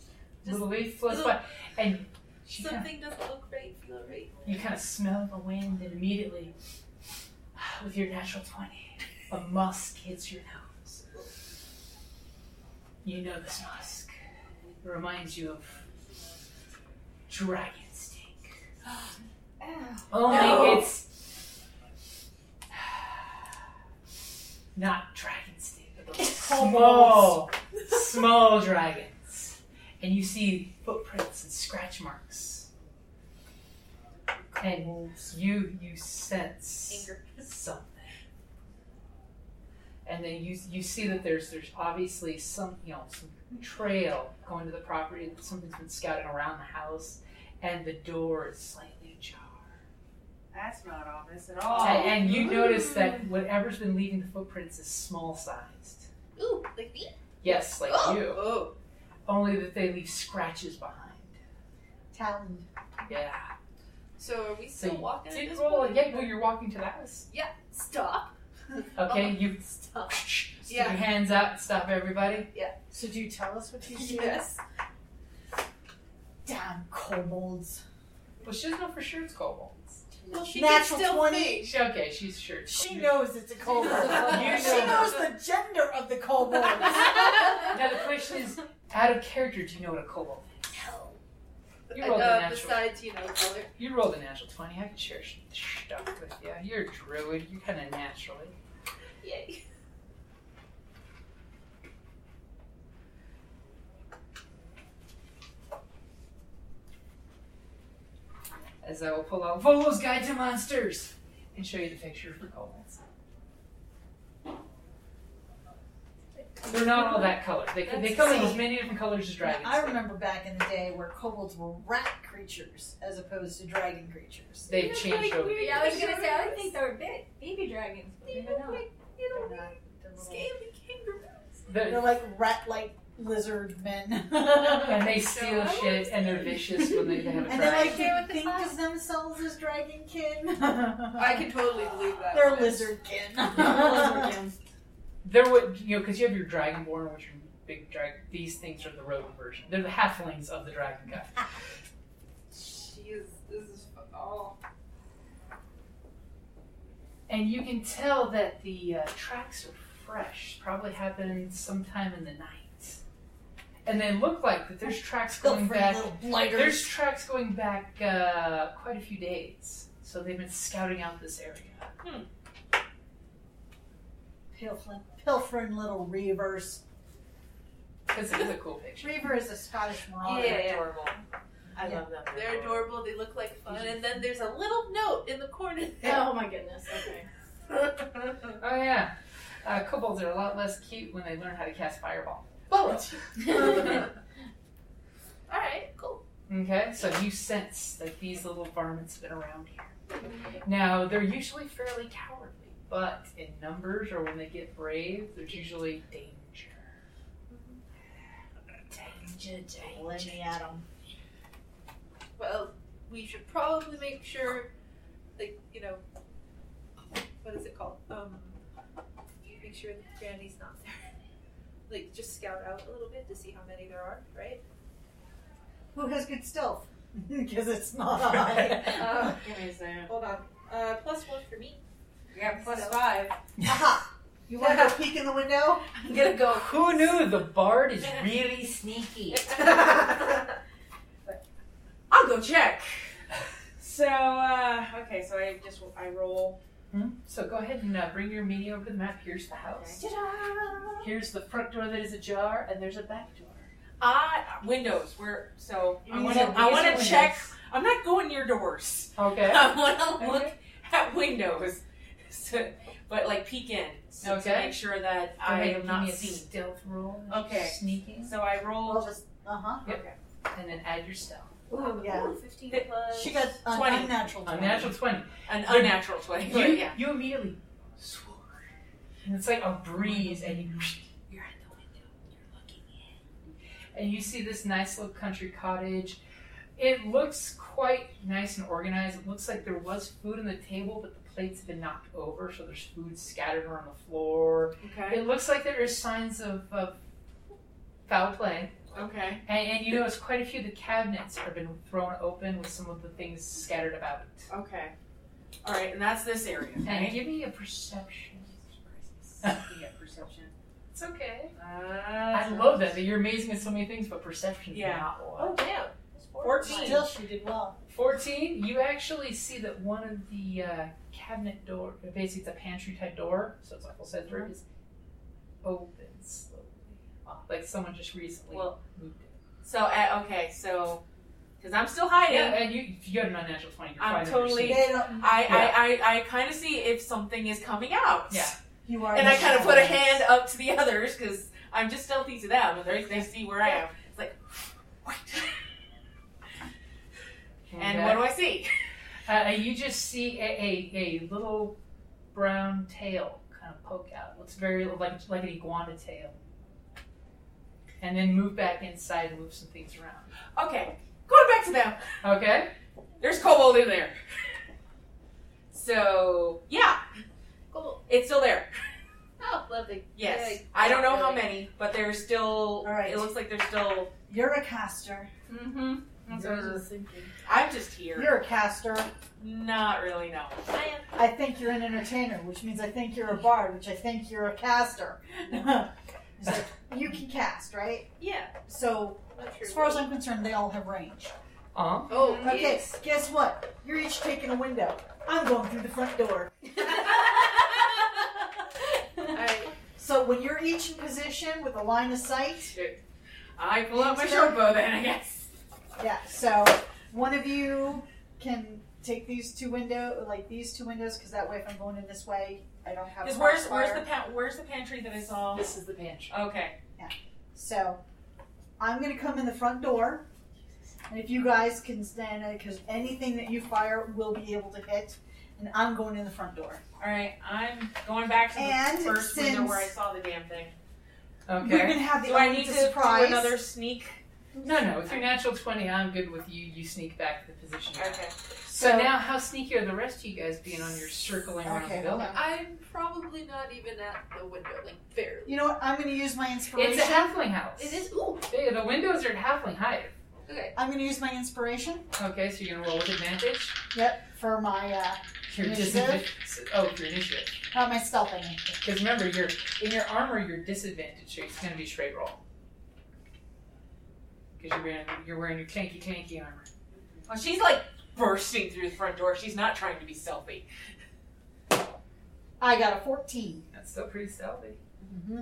F: Just
B: little leaf flows
F: little-
B: by, and she kinda,
F: Something doesn't look right, feel right.
B: you kind of smell the wind, and immediately, with your natural twenty, a musk hits your nose. You know this musk. It reminds you of dragon stink. Only
F: No.
B: it's not dragon stink, but those small, small dragons. And you see footprints and scratch marks. And you you sense
F: Anger.
B: something. And then you you see that there's there's obviously some you know some trail going to the property that something's been scouting around the house, and the door is slightly ajar.
C: That's not obvious at
B: A-
C: all.
B: And, you notice
F: Oh.
B: that whatever's been leaving the footprints is small sized.
F: Ooh, like me?
B: Yes, like
F: Oh.
B: you.
F: Oh.
B: Only that they leave scratches behind.
D: Talon.
B: Yeah.
F: So are we
B: So
F: still
B: you
F: walking at this
B: roll
F: point?
B: yeah, well, you're walking to the house.
F: Stop.
B: Okay, you
F: Stop.
B: put
F: Oh. Yeah.
B: your hands out, stop everybody.
D: So do you tell us what you see?
F: Yes.
D: Damn kobolds.
B: Well, she doesn't know for sure it's kobolds.
F: Well, she
D: Natural
F: can still
D: 20.
F: think.
B: She, okay, she's sure. it's
D: She
B: kobolds.
D: knows it's a kobold. she knows the gender of the kobolds.
B: Now the question is, out of character, do you know what a kobold is? You
F: Uh,
B: rolled a
F: uh,
B: natural.
F: besides, you know, color.
B: You rolled a natural twenty. I can share sh- stuff with you. You're a druid. You kind of naturally.
F: Yay.
B: as I will pull out Volo's Guide to Monsters and show you the picture for kobolds. They're not all that color. They, they
D: That's
B: come in
D: so-
B: as many different colors as dragons.
D: I remember back in the day where kobolds were rat creatures as opposed to dragon creatures.
B: They've changed over. the
G: Yeah, I was
B: years.
G: gonna say I would think they were big baby dragons. But
F: You
G: maybe
F: know,
G: not.
F: like, you know,
D: They're not- they're little-
F: scaly kangaroo.
D: They're
B: They're-
D: like rat-like lizard men.
B: And
D: and
B: they steal shit and they're vicious when they, they have a
D: they like
B: dragon.
D: they
F: Okay with the
D: think
F: class.
D: of themselves as dragon kin.
F: I can totally believe that.
D: They're lizard kin.
B: They're what you know because you have your dragonborn, which are big dragon. These things are the rodent version. They're the halflings of the dragon guy.
F: She is. This is. fu- Oh.
B: And you can tell that the uh, tracks are fresh. Probably happened sometime in the night. And they look like that there's tracks going back. There's tracks going back uh, quite a few days. So they've been scouting out this area.
D: Pilfering, pilfering little reavers.
B: Because it is a cool picture.
D: Reaver is a Scottish
F: Yeah,
D: model.
F: yeah.
C: adorable. I
D: Yeah.
C: love them.
F: They're adorable. They look like fun. And then there's a little note in the corner.
G: Oh my goodness. Okay.
B: Oh, yeah. Uh, kobolds are a lot less cute when they learn how to cast fireball. Bullets!
F: All right. Cool.
B: Okay, so you sense that these little varmints have been around here. Now, they're usually fairly cowardly, but in numbers or when they get brave, there's usually danger. Danger,
D: Let me at 'em.
F: Well, we should probably make sure, like you know, what is it called? Um, make sure that Granny's not there. Like, just scout out a little bit to see how many there are, right?
D: Who has good stealth? Because it's not I.
F: Uh,
C: Give me a second.
F: hold on. Uh, plus one for me.
C: You got plus five.
D: Aha! You want to go peek in the window?
F: I'm gonna go.
B: Who knew the bard is really sneaky?
C: I'll go check. So, uh, okay, so I just I roll.
B: Hmm? So go ahead and uh, bring your media over to the map. Here's the house. Here's the front door that is ajar, and there's a back door.
C: I windows. Where so I
D: These
C: want to
D: are-
C: I want
D: these
C: to
D: are
C: check. I'm not going near doors.
B: Okay.
C: I want to look
B: Okay.
C: at windows, so, but like peek in so to
B: Okay.
C: make sure that
B: Go
C: I
B: ahead,
C: am
B: give
C: not
B: me a
C: seen.
B: stealth roll.
C: Okay.
B: Sneaking.
C: So I roll.
D: Well, Uh
E: Uh-huh.
D: huh.
B: And then add your stealth.
D: Ooh, yeah.
F: Ooh, Fifteen
B: uh,
F: plus.
D: She got an
C: 20.
D: unnatural.
B: A natural 20.
C: an unnatural twenty.
B: You,
C: but yeah.
B: you immediately swore. And it's like a breeze, and you, you're at the window, you're looking in. And you see this nice little country cottage. It looks quite nice and organized. It looks like there was food on the table, but the plates have been knocked over, so there's food scattered around the floor.
C: Okay.
B: It looks like there is signs of, of Foul play.
C: Okay.
B: And, and you notice quite a few of the cabinets have been thrown open with some of the things scattered about.
C: Okay. All right, and that's this area.
B: And
C: Right?
B: give me a perception.
C: Yeah, perception.
B: It's okay.
C: Uh,
B: I love that, that you're amazing at so many things, but perception's
C: Yeah.
B: not one.
C: Oh damn.
B: Fourteen.
E: Still, she did well.
B: 14 you actually see that one of the uh, cabinet door basically it's a pantry type door so it's like full set
C: Uh-huh.
B: through is open slowly Uh, like someone just recently
C: Well-
B: moved it
C: So uh, okay, so because I'm still hiding,
B: yeah and you if you had an unnatural 20 you're
C: I'm
B: fine
C: totally-
E: They don't,
C: I,
B: Yeah.
C: I I, I kind of see if something is coming out.
B: Yeah.
E: you are.
C: And I kind of put a
E: mischievous.
C: hand up to the others because I'm just stealthy to them, and they they see where I am. It's like, what? And what do I see?
B: uh, and you just see a, a, a little brown tail kind of poke out looks very like like an iguana tail and then move back inside and move some things around
C: Okay, going back to them.
B: okay
C: There's cobalt in there. So yeah, it's still there.
F: Oh, lovely.
C: Yes,
F: Yay.
C: I don't know how
F: Yay.
C: many, but there's still.
E: All right.
C: It looks like there's still.
E: You're a caster.
I: Mm-hmm. That's what I was
C: You're-
I: just thinking.
C: I'm just here.
E: You're a caster.
C: Not really. No.
F: I am.
E: I think you're an entertainer, which means I think you're a bard, which I think you're a caster. It's like, you can cast, right?
C: Yeah.
E: So,
F: Not sure.
E: as far as I'm concerned, they all have range.
B: uh-huh
F: oh,
E: Okay, guess what? You're each taking a window. I'm going through the front door.
F: I,
E: So when you're each in position with a line of sight,
C: I pull out my short bow then. I guess.
E: yeah. So one of you can take these two window, like these two windows, because that way, if I'm going in this way, I don't have.
C: Because
E: a
C: where's
E: crossfire.
C: where's the pa- where's the pantry that I saw?
B: This is the pantry.
C: Okay.
E: So I'm gonna come in the front door, and if you guys can stand, because anything that you fire will be able to hit, and I'm going in the front door.
C: All right. I'm going back to the
E: And
C: first window where I
E: since-
C: saw the damn thing.
E: We're
B: Okay.
E: gonna have the
C: Do I
E: element
C: need to
E: of
C: do
E: surprise.
C: another sneak?
B: No, no. With your natural twenty, I'm good with you. You sneak back to the position.
C: Okay.
B: So, now, how sneaky are the rest of you guys being on your circling around
E: Okay,
B: the
E: hold
B: building?
E: on.
F: I'm probably not even at the window, like barely.
E: You know what? I'm gonna use my inspiration.
B: It's a halfling house.
F: It is. Ooh.
B: Hey, the windows are at halfling height.
F: Okay.
E: I'm gonna use my inspiration.
B: Okay, so you're gonna roll with advantage.
E: Yep, for my uh,
B: Your
E: Initiative?
B: disadvantage. Oh, your initiative.
E: uh my stealthing.
B: Because remember, you're in your armor. You're disadvantaged, so it's gonna be straight roll. Because you're wearing you're wearing your clanky clanky armor.
C: Well, she's like bursting through the front door. She's not trying to be stealthy.
E: I got a 14.
B: That's still pretty stealthy.
E: Mm-hmm.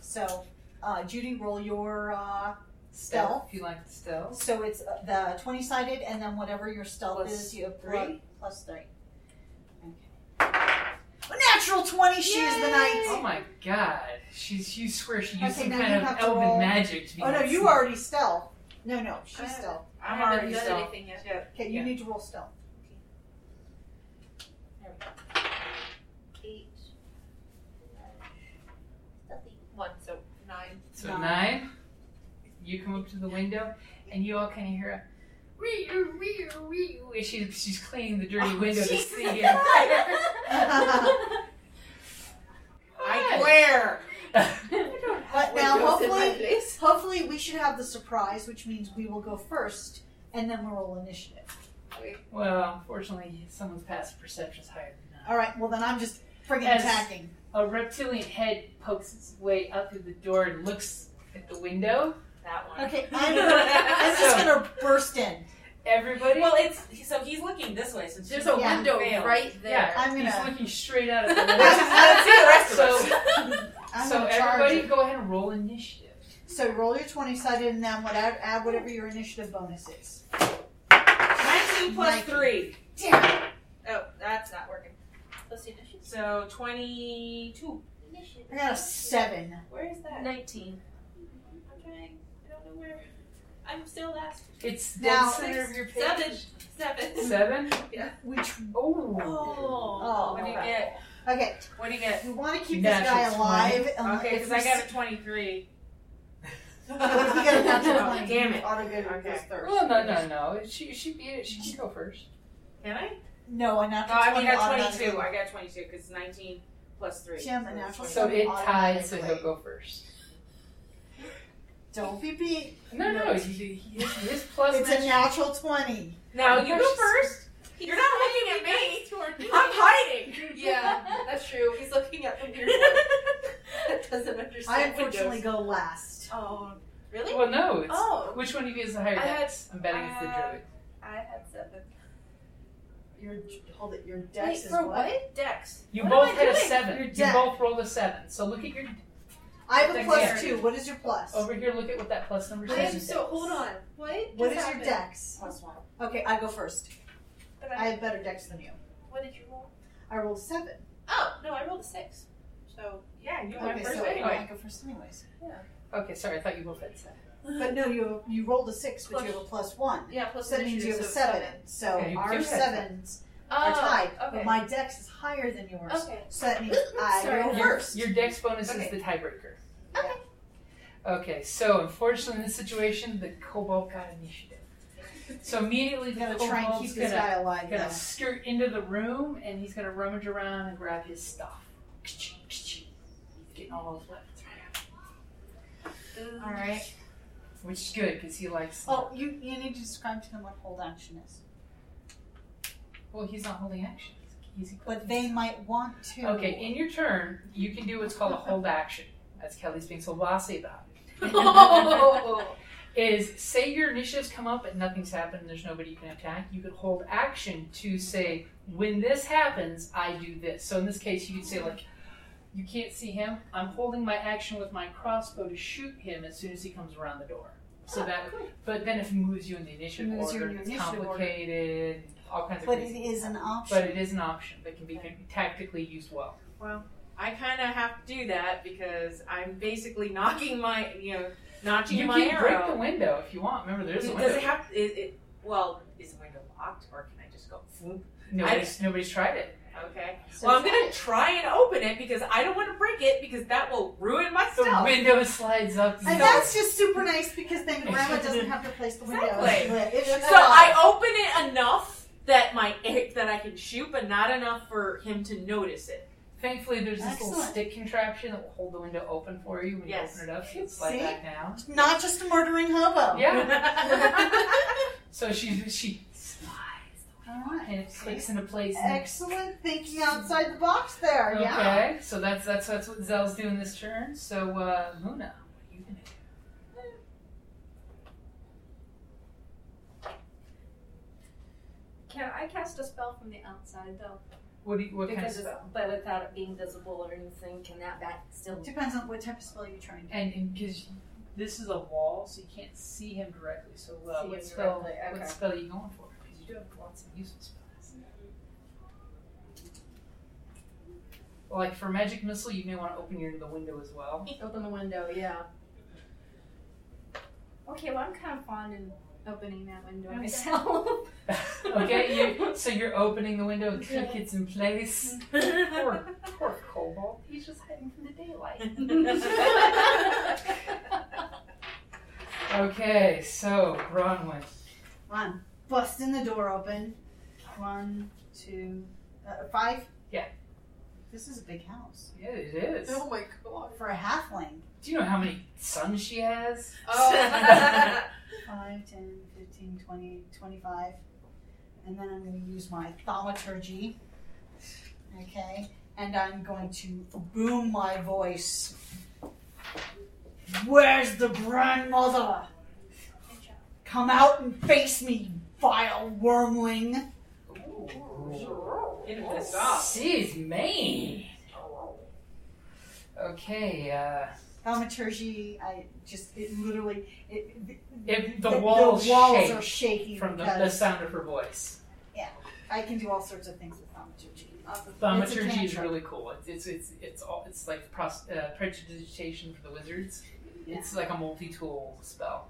E: So, uh, Judy, roll your uh, stealth.
B: If you like the stealth.
E: So it's uh, the 20 sided, and then whatever your stealth
C: Plus
E: is, you have
C: three?
E: Plus, plus three. Okay. A natural 20, she is the knight.
B: Oh my god. She's you swear she used
E: Okay,
B: some
E: now
B: kind
E: you
B: of
E: have to
B: elven
E: roll.
B: magic to be
E: Oh no,
B: that
E: you
B: sneaky.
E: already stealth. No, no,
F: I
E: she's
F: haven't-
E: stealth.
C: I'm
F: I haven't
C: already
F: done
C: stealthy.
F: anything yet.
E: Okay, you
C: Uh, Yeah.
E: need to roll stealth.
F: Eight. Nothing. One, so nine.
B: So
E: Nine.
B: nine. You come up to the window, and you all kind of hear a wee wee wee. And she, she's cleaning the
E: Oh,
B: dirty window to
C: Jesus
B: see in.
C: I glare.
E: But
F: Windows
E: now,
F: in my
E: hopefully,
F: place.
E: Hopefully, we should have the surprise, which means we will go first, and then we'll roll initiative.
B: Well, unfortunately, someone's passive perception is higher than
E: All right. Well, then I'm just friggin'
B: Yes.
E: attacking.
B: that. A reptilian head pokes its way up through the door and looks at the window.
C: That one.
E: Okay, I'm, I'm just gonna burst in.
B: Everybody,
C: Well, it's so he's looking this way. So
F: There's a
E: Yeah.
F: window
C: Fail.
F: right there.
B: yeah,
E: I'm
B: he's
E: gonna-
B: looking straight out at the
E: That's-
B: window.
E: that's it, the
C: rest of
B: so,
E: I'm
B: so
E: gonna charge
B: everybody,
E: it.
B: go ahead and roll initiative.
E: So roll your twenty sided, and then whatever, add whatever your initiative bonus is.
C: 19 plus
E: Nineteen.
C: three,
I: Oh, that's not working.
F: Let's see, initiative.
C: so 22.
F: Initiative.
E: I got a seven.
F: Where is that?
I: Nineteen.
F: I'm trying. I don't know where. I'm still last.
B: It's
E: Now-
B: dead center of your page.
F: Seven. Seven.
B: Seven?
E: Which
B: Oh.
C: Oh, what do you
E: okay.
C: get?
E: okay,
C: What do you get?
E: we want to keep
B: Natural
E: this guy alive.
D: Oh,
E: um,
C: Okay,
E: if
C: because I
E: we
C: got
E: s-
C: a 23.
E: What if you got a natural
C: Oh,
E: twenty?
C: Damn it.
E: Auto good
C: Okay.
E: third.
B: Well, no, no, no. She, she beat it. She can go first.
C: Can I?
E: No, a
C: No,
E: natural
C: I mean,
E: twenty.
C: I got
E: automatically-
C: 22. I got 22 because 19
H: plus three.
D: Jim, a natural
B: So
D: twenty
B: it tied, so he'll
D: automatically.
B: go first.
D: Don't be beat.
B: No, no, he, he, his plus
D: It's a natural twenty.
H: Now you go
B: Yours-
H: first. You're not looking at me. I'm hiding.
F: Yeah, that's true. He's looking at the weird one that doesn't understand.
D: I unfortunately
F: windows.
D: go last.
F: Oh, really?
B: Well, no. It's,
F: Oh.
B: Which one of you is the higher
F: I had-
B: dex? I'm betting it's the
F: I-
B: druid.
F: I had seven.
D: Your hold it. Your dex
F: Wait,
D: is
F: for
D: what?
F: what? Dex.
B: You
F: What
B: both
F: am I
B: had a
F: doing?
B: seven.
D: Your
B: You
D: dex.
B: both rolled a seven. So look at your
D: I have a
B: Dex Oh,
D: plus
B: area.
D: two. What is your plus?
B: over here. Look at what that plus number
F: I
B: says.
F: am
B: is
F: so.
B: dex.
F: Hold on. What?
D: What
F: just
D: is your
F: happened?
D: dex?
B: Plus one.
D: Okay, I go first.
F: But
D: I
F: I,
D: have better dex than you.
F: what did you roll?
D: I rolled a seven.
F: Oh no, I rolled a six. So
H: Yeah, you went
D: Okay,
H: first
D: so I
H: anyway.
D: go first anyways.
B: Okay, sorry. I thought you both had seven.
D: But no, you you rolled a six, but
F: Plus-
D: you have a plus one.
F: yeah, plus
D: So that means you have a seven. So
B: Okay, you
D: our
B: do have
D: sevens
F: Oh,
D: are tied.
F: Okay.
D: But my dex is higher than yours.
F: Okay.
D: So that means I
F: Sorry.
D: go
F: You're-
D: first.
B: Your dex bonus
D: Okay.
B: is the tiebreaker.
D: Okay.
B: Okay, so unfortunately in this situation, the kobold got initiative. So immediately
D: We
B: the
D: gotta try and
B: kobold's
D: keep this
B: gonna,
D: guy alive
B: gonna
D: though.
B: skirt into the room and he's gonna rummage around and grab his stuff. Getting all those weapons right out.
D: Alright.
B: Which is good because he likes.
D: Oh, you you need to describe to them what hold action is.
B: Well, he's not holding action. He's
D: But they might want to
B: Okay, in your turn, you can do what's called a hold action, as Kelly's being so bossy about.
F: Oh.
B: Is say your initiatives come up and nothing's happened, there's nobody you can attack. You could hold action to say, when this happens, I do this. So in this case, you could say, like, you can't see him. I'm holding my action with my crossbow to shoot him as soon as he comes around the door. So that, but then if it moves you in the initiative
D: Moves you
B: order,
D: in the
B: it's
D: initiative order.
B: complicated, all kinds of
D: but it
B: crazy.
D: is an option.
B: But it is an option that can be tactically used well.
H: I kind of have to do that because I'm basically knocking my, you know, notching
B: You
H: my
B: can
H: arrow.
B: break the window if you want. Remember, there's a window.
H: Does it have? Is it? Well, is the window locked, or can I just go? Swoop?
B: nobody's, nobody's tried it.
H: Okay.
D: So
H: well, I'm gonna try and open it because I don't want to break it because that will ruin my
B: The
H: stealth.
B: window slides up.
D: And that's just super nice because then grandma doesn't have to place the window.
H: Exactly.
D: But it's
H: So I open it enough that my that I can shoot, but not enough for him to notice it.
B: Thankfully, there's this little
D: Excellent.
B: stick contraption that will hold the window open for you when
H: Yes.
B: you open it up. She'll slide
D: See?
B: back down.
D: not just a murdering hobo.
B: Yeah. So she she slides
D: All right.
B: and it clicks into place. and-
D: Excellent thinking outside the box there.
B: Okay.
D: Yeah.
B: So that's that's that's what Zell's doing this turn. So uh, Luna, what are you gonna do?
G: Can I cast a spell from the outside though?
B: What do you, what kind of
G: Because it's,
B: spell?
G: but without it being visible or anything, can that back still?
D: Depends on what type of spell you're trying to.
B: And because this is a wall, so you can't see him directly. So uh,
G: See
B: what
G: him
B: spell?
G: directly, okay.
B: What spell are you going for? Because you do have lots of useful spells. Well, like for magic missile, you may want to open your the window as well.
G: Open the window, yeah. Okay, well, I'm kind of fond in opening that window myself.
B: okay, you, so you're opening the window, the click it's in place. poor, poor Cobalt. He's just hiding from the daylight. Okay, so Bronwyn.
D: I'm busting the door open. One, two, uh, five.
B: Yeah.
D: This is a big house
B: Yeah, it is.
D: Oh
B: Do
D: for a halfling.
B: you know how many sons she has?
F: Oh.
D: Five, ten, fifteen, twenty, twenty-five, And then I'm going to use my thaumaturgy. Okay. And I'm going to boom my voice. Where's the grandmother? Come out and face me, vile wormling.
H: Get him pissed off.
B: She's mean. Okay, uh,
D: Thaumaturgy, I just, it literally, it,
B: if the, walls,
D: walls
B: shake
D: are shaking
B: from the, the
D: because
B: sound of her voice.
D: I can do all sorts of things with thaumaturgy. Awesome.
B: Thaumaturgy is really cool. It's it's it's it's, all, it's like pros, uh, prestidigitation for the wizards. It's like a multi-tool spell.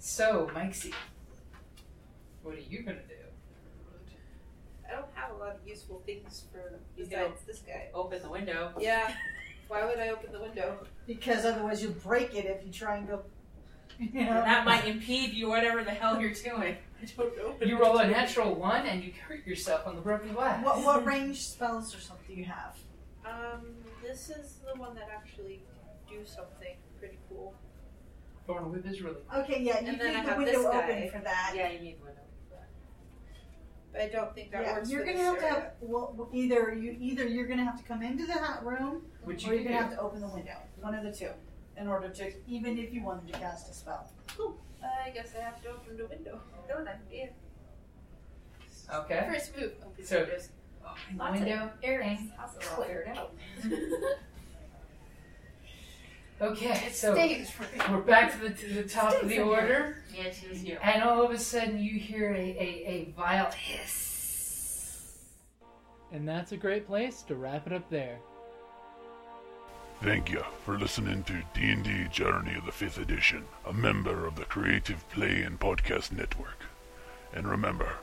B: So, Mikesy, what are you gonna do?
F: I don't have a lot of useful things for
H: You
F: besides this guy.
H: Open the window.
F: Yeah. Why would I open the window?
D: Because otherwise you'll break it if you try and go. You know.
H: And that might impede you, whatever the hell you're doing.
F: I don't know.
B: You roll a natural one and you hurt yourself on the broken glass.
D: What what range spells or something you have?
F: Um, this is the one that actually do something pretty cool.
B: Thorn Whip is really.
D: Okay, yeah, you
F: And then I
D: leave the
F: have this
D: window
F: guy.
D: open for that.
J: Yeah, you need one.
F: But I don't think that
D: Yeah,
F: works.
D: you're
F: for
D: gonna
F: this
D: have to
F: area.
D: have well, well, either you either you're gonna have to come into the hot room,
B: Which
D: or
B: you
D: you're
B: can
D: gonna have
B: do.
D: to open the window. One of the two, in order to even if you wanted to cast a spell.
F: I guess I have to open the window, don't I? Yeah.
B: Okay.
F: First move. Open
B: So-
F: the windows.
D: Oh,
K: Lots
B: Window.
K: of earrings. How's it all aired out?
B: Okay, so
F: Stage fright.
B: we're back to the, to the top of the order,
J: Yeah, she was you.
B: and all of a sudden you hear a, a, a vile hiss.
L: And that's a great place to wrap it up there.
M: Thank you for listening to D&D Journey of the 5th Edition, a member of the Creative Play and Podcast Network. And remember,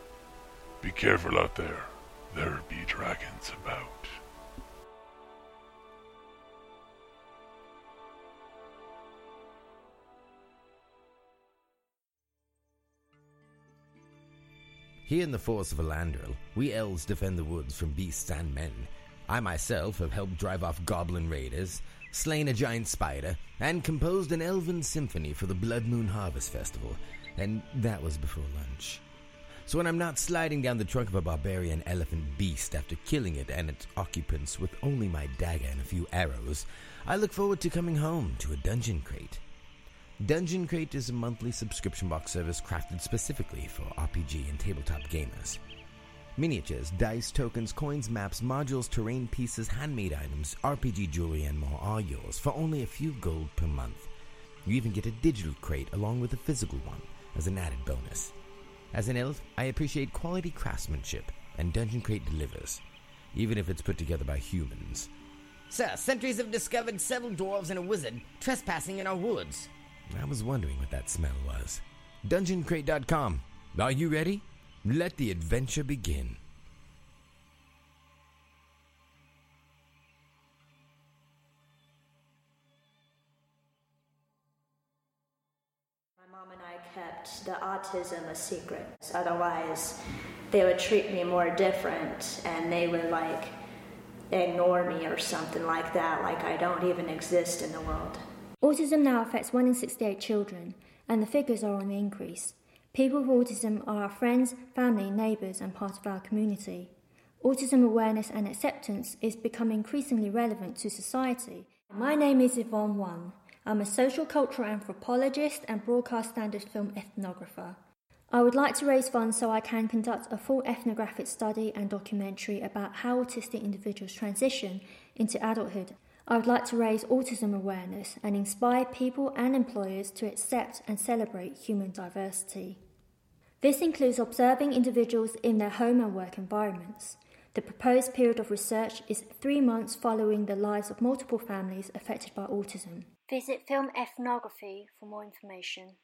M: be careful out there. There be dragons about.
C: Here in the Force of Elandril, we elves defend the woods from beasts and men. I myself have helped drive off goblin raiders, slain a giant spider, and composed an elven symphony for the Blood Moon Harvest Festival, and that was before lunch. So when I'm not sliding down the trunk of a barbarian elephant beast after killing it and its occupants with only my dagger and a few arrows, I look forward to coming home to a dungeon crate. Dungeon Crate is a monthly subscription box service crafted specifically for RPG and tabletop gamers. Miniatures, dice, tokens, coins, maps, modules, terrain pieces, handmade items, RPG jewelry, and more are yours for only a few gold per month. You even get a digital crate along with a physical one as an added bonus. As an elf, I appreciate quality craftsmanship, and Dungeon Crate delivers, even if it's put together by humans.
N: Sir, sentries have discovered several dwarves and a wizard trespassing in our woods.
C: I was wondering what that smell was. DungeonCrate.com. Are you ready? Let the adventure begin.
E: My mom and I kept the autism a secret. Otherwise, they would treat me more different and they would like ignore me or something like that, like I don't even exist in the world.
G: Autism now affects 1 in 68 children, and the figures are on the increase. People with autism are our friends, family, neighbours, and part of our community. Autism awareness and acceptance is becoming increasingly relevant to society. My name is Yvonne One. I'm a social cultural anthropologist and broadcast standard film ethnographer. I would like to raise funds so I can conduct a full ethnographic study and documentary about how autistic individuals transition into adulthood. I would like to raise autism awareness and inspire people and employers to accept and celebrate human diversity. This includes observing individuals in their home and work environments. The proposed period of research is three months following the lives of multiple families affected by autism.
O: Visit Film Ethnography for more information.